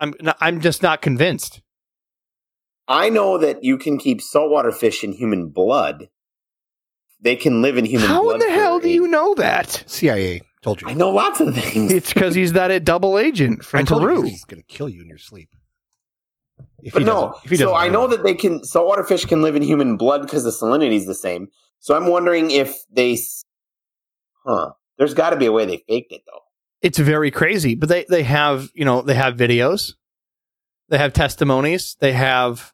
S3: I'm not- i'm just not convinced
S5: I know that you can keep saltwater fish in human blood. They can live in human
S3: how
S5: blood.
S3: in the
S5: for
S3: hell do
S5: a-
S3: you know that
S4: CIA told you.
S5: I know lots of things.
S3: it's because he's that double agent from
S4: I told
S3: peru
S4: you he's going to kill you in your sleep. If
S5: But no,
S4: doesn't- if he
S5: so
S4: doesn't
S5: I
S4: do
S5: know
S4: it.
S5: that they can saltwater fish can live in human blood because the salinity is the same. So I'm wondering if they, s- huh? There's got to be a way they faked it though.
S3: it's very crazy. But they they have you know they have videos, they have testimonies, they have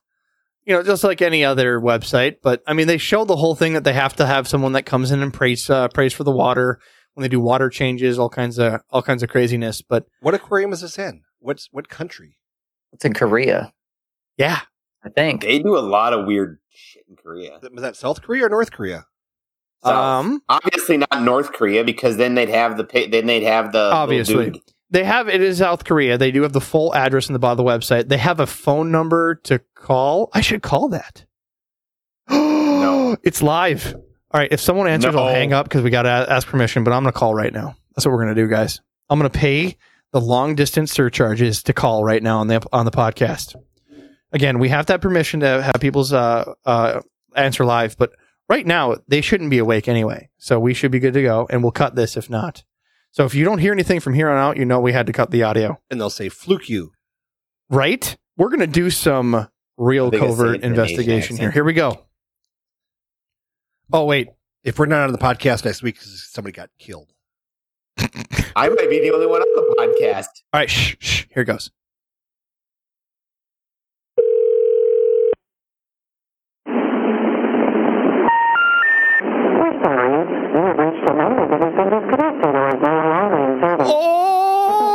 S3: you know just like any other website. But I mean, they show the whole thing that they have to have someone that comes in and prays uh, prays for the water when they do water changes, all kinds of all kinds of craziness. But
S4: What aquarium is this in? What's what country?
S6: It's in Korea,
S3: yeah,
S6: I think.
S5: They do a lot of weird shit in Korea.
S4: Is that- Was that South Korea or North Korea?
S5: South.
S3: um,
S5: obviously not North Korea because then they'd have the pa- then they'd have the little
S3: Obviously.
S5: dude.
S3: they have it is South Korea. They do have the full address in the bottom of the website. They have a phone number to call. I should call that.
S5: No.
S3: It's live. All right. If someone answers, I'll
S5: No.
S3: hang up because we got to ask permission, but I'm going to call right now. That's what we're going to do, guys. I'm going to pay the long distance surcharges to call right now on the, on the podcast. Again, we have that permission to have people's uh, uh, answer live, but right now they shouldn't be awake anyway. So we should be good to go and we'll cut this if not. So if you don't hear anything from here on out, you know we had to cut the audio,
S4: And they'll say fluke you.
S3: right? We're going to do some real
S5: I think it's the
S3: covert
S5: Indonesian
S3: investigation
S5: accent.
S3: here. Here we go. Oh, wait.
S4: If we're not on the podcast next week, 'cause somebody got killed.
S5: I might be the only one on the podcast.
S3: All right, shh, shh. Here goes. Oh!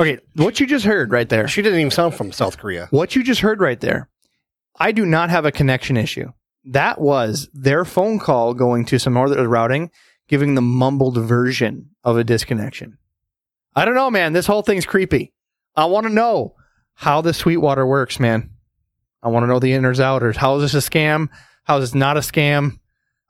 S3: Okay, what you just heard right there.
S4: She didn't even sound from South Korea.
S3: What you just heard right there. I do not have a connection issue. That was their phone call going to some other routing, giving the mumbled version of a disconnection. I don't know, man. This whole thing's creepy. I want to know how the Sweetwater works, man. I want to know the inners outers. How is this a scam? How is this not a scam?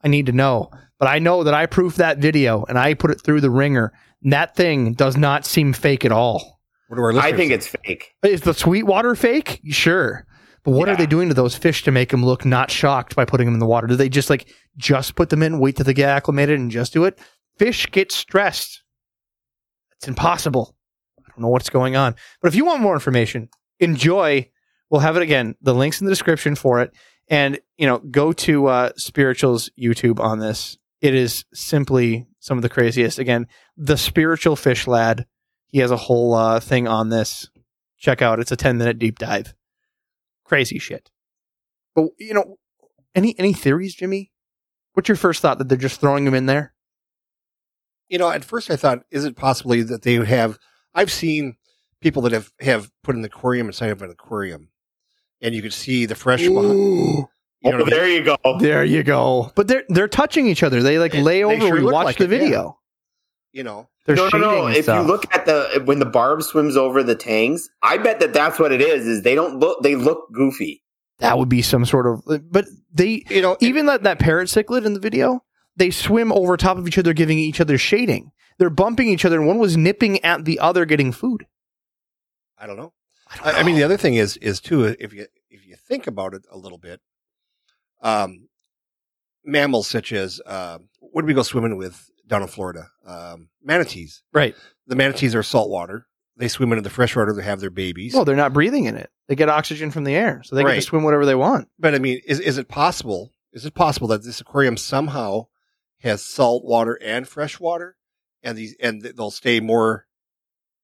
S3: I need to know. But I know that I proofed that video and I put it through the ringer. And that thing does not seem fake at all.
S4: What do our
S5: I
S4: listeners
S5: think
S4: say?
S5: it's fake.
S3: Is the Sweetwater fake? Sure. But what are
S5: Yeah.
S3: they doing to those fish to make them look not shocked by putting them in the water? Do they just like just put them in, wait till they get acclimated, and just do it? Fish get stressed. It's impossible. I don't know what's going on. But if you want more information, enjoy. We'll have it again. The links in the description for it, and you know, go to uh, Spirituals YouTube on this. It is simply some of the craziest. Again, the Spiritual Fish Lad. He has a whole uh, thing on this check out. It's a 10 minute deep dive. Crazy shit. But you know, any any theories, Jimmy? What's your first thought that they're just throwing them in there?
S4: you know, at first I thought, is it possibly that they have? I've seen people that have have put in the aquarium inside of an aquarium, and you could see the fresh behind. You know
S5: oh,
S4: what I mean?
S5: there you go.
S3: There you go. But they're they're touching each other. They like
S4: It-
S3: lay
S4: they
S3: over.
S4: sure
S3: we
S4: look
S3: watch
S4: like
S3: the
S4: it, yeah.
S3: video.
S4: You know,
S3: They're
S5: no, no, no.
S3: shading and
S5: If you
S3: stuff.
S5: look at the when the barb swims over the tangs, I bet that that's what it is. Is they don't look. They look goofy.
S3: that would be some sort of. But they
S4: You know,
S3: even that that parrot cichlid in the video, they swim over top of each other, giving each other shading. They're bumping each other, and one was nipping at the other, getting food.
S4: I don't know. I, I mean, the other thing is is too if you if you think about it a little bit, um, mammals such as uh, what do we go swimming with down in Florida? Um, manatees.
S3: Right.
S4: The manatees are saltwater. They swim into the freshwater. They have their babies.
S3: Well, they're not breathing in it. They get oxygen from the air, so they get to
S4: Right.
S3: swim whatever they want.
S4: but I mean, is is it possible? Is it possible that this aquarium somehow has salt water and fresh water, and these and th- they'll stay more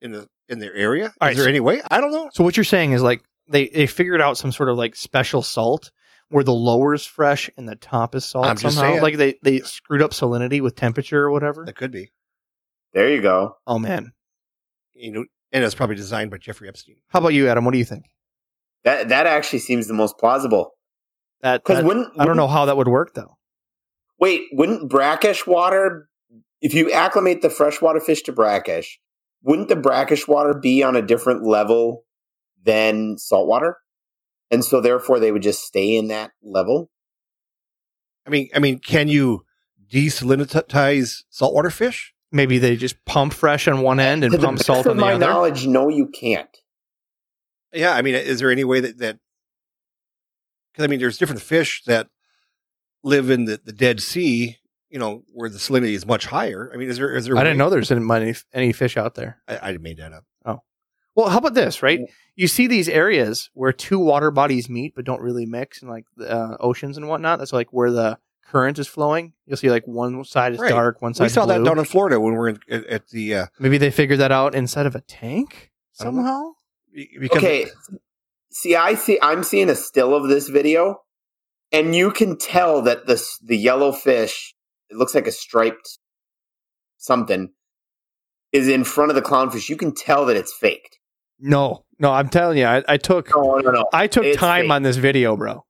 S4: in the in their area? Is
S3: All right,
S4: there
S3: so-
S4: any way? I don't know.
S3: So what you're saying is like they they figured out some sort of like special salt where the lower is fresh and the top is salt
S4: I'm just
S3: somehow.
S4: saying.
S3: Like they they screwed up salinity with temperature or whatever.
S4: That could be.
S5: There you go.
S3: Oh man,
S4: You know, and it's probably designed by Jeffrey Epstein.
S3: how about you, Adam? What do you think?
S5: That that actually seems the most plausible.
S3: That,
S5: Because
S3: that-
S5: wouldn't
S3: I don't know how that would work though.
S5: Wait, wouldn't brackish water? If you acclimate the freshwater fish to brackish, wouldn't the brackish water be on a different level than saltwater? And so, therefore, they would just stay in that level.
S4: I mean, I mean, can you desalinitize saltwater fish?
S3: Maybe they just pump fresh on one end and
S5: to
S3: pump
S5: the best
S3: salt
S5: of
S3: on the
S5: my
S3: other.
S5: knowledge, no, you can't.
S4: Yeah, I mean, is there any way that that? Because I mean, there's different fish that live in the, the Dead Sea. You know, where the salinity is much higher. I mean, is there is there?
S3: I didn't
S4: way-
S3: know there's any- any any fish out there.
S4: I, I made that up.
S3: Well, how about this, right? You see these areas where two water bodies meet but don't really mix, and like the uh, oceans and whatnot. That's like where the current is flowing. You'll see like one side is
S4: Right.
S3: dark, one side.
S4: we saw that
S3: blue.
S4: down in Florida when we were in, at, at the uh,
S3: Maybe they figured that out inside of a tank
S4: I don't know.
S3: somehow.
S4: be- because
S5: okay. See, I see. I'm seeing a still of this video, and you can tell that this the yellow fish. It looks like a striped something is in front of the clownfish. You can tell that it's faked.
S3: No, no, I'm telling you, I, I took
S4: Oh,
S5: No, no, no.
S3: I took
S5: it's
S3: time
S5: fake.
S3: on this video, bro.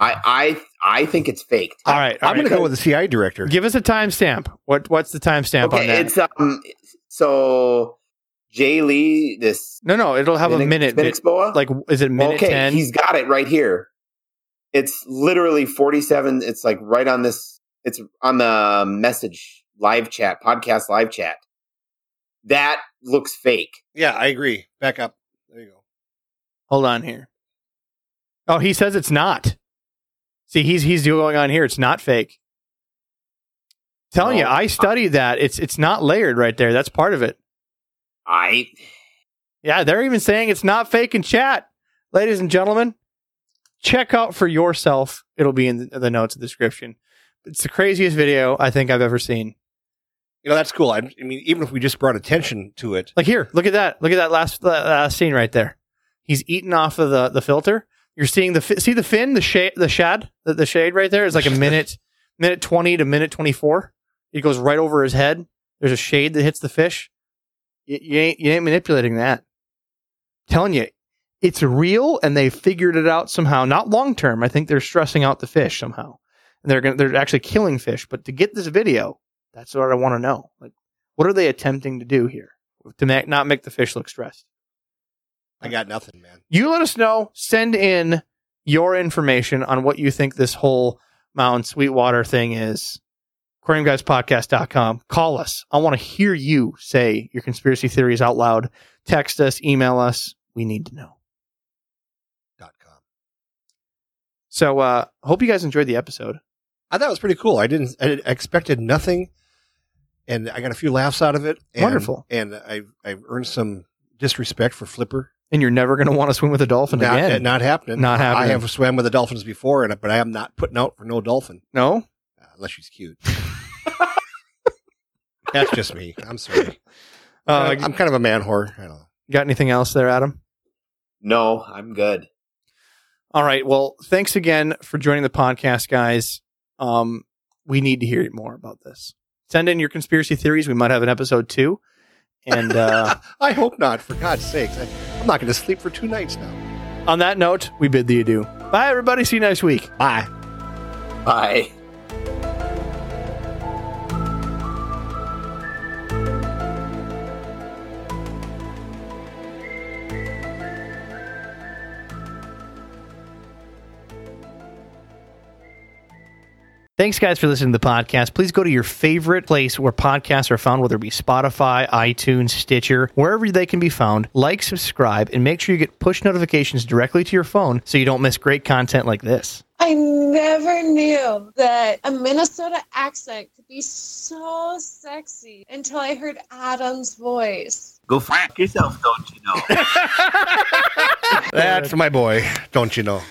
S5: I, I, I think it's faked.
S3: All right,
S4: I'm going to go with the CI director.
S3: Give us a timestamp. What what's the timestamp on
S5: Okay,
S3: that?
S5: it's um. So Jay Lee, this
S3: no, no, it'll have a
S5: Spinix-
S3: minute.
S5: Spinix
S3: bit-
S5: boa?
S3: like, is it minute
S5: okay,
S3: ten?
S5: he's got it right here. It's literally 47. It's like right on this. It's on the um, message live chat, podcast live chat. That looks fake.
S4: yeah, I agree. Back up. There you go.
S3: Hold on here. Oh, he says it's not. See, he's he's going on here. It's not fake. Telling you,
S5: No.
S3: I studied that. It's it's not layered right there. That's part of it.
S5: I
S3: Yeah, they're even saying it's not fake in chat. Ladies and gentlemen, check out for yourself. It'll be in the, the notes of the description. It's the craziest video I think I've ever seen.
S4: You know that's cool. I, I mean, even if we just brought attention to it,
S3: Like here, look at that. Look at that last that last scene right there. He's eating off of the the filter. You're seeing the fi- see the fin, the shade, the shad, the, the shade right there is like a minute, minute twenty to minute twenty four. It goes right over his head. There's a shade that hits the fish. You, you ain't you ain't manipulating that. telling you, it's real, and they figured it out somehow. Not long term. I think they're stressing out the fish somehow, and they're gonna, they're actually killing fish. But to get this video, that's what I want to know. Like, what are they attempting to do here? to ma- not make the fish look stressed.
S4: I got nothing, man.
S3: You let us know. Send in your information on what you think this whole Mount Sweetwater thing is. AquariumGuysPodcast.com. Call us. I want to hear you say your conspiracy theories out loud. Text us, email us. We need to know.
S4: Dot com.
S3: So, uh, hope you guys enjoyed the episode.
S4: I thought it was pretty cool. I didn't. I didn't- expected nothing, and I got a few laughs out of it. And,
S3: Wonderful.
S4: And I I earned some disrespect for Flipper.
S3: And you're never going to want to swim with a dolphin
S4: not,
S3: again.
S4: not happening.
S3: Not happening.
S4: I have swam with the dolphins before, and but I am not putting out for no dolphin
S3: no?
S4: uh, unless she's cute. That's just me. I'm sorry.
S3: Uh,
S4: I'm kind of a man whore. I don't know.
S3: got anything else there, Adam?
S5: no, I'm good.
S3: All right. Well, thanks again for joining the podcast, guys. Um, we need to hear more about this. Send in your conspiracy theories. We might have an episode two. And uh,
S4: I hope not, for God's sakes. I, I'm not going to sleep for two nights now.
S3: on that note, we bid thee adieu. Bye, everybody. See you next week.
S4: Bye.
S5: Bye.
S3: Thanks, guys, for listening to the podcast. Please go to your favorite place where podcasts are found, whether it be Spotify, iTunes, Stitcher, wherever they can be found. Like, subscribe, and make sure you get push notifications directly to your phone so you don't miss great content like this.
S7: I never knew that a Minnesota accent could be so sexy until I heard Adam's voice.
S5: Go fuck yourself, don't you know?
S4: That's my boy. Don't you know?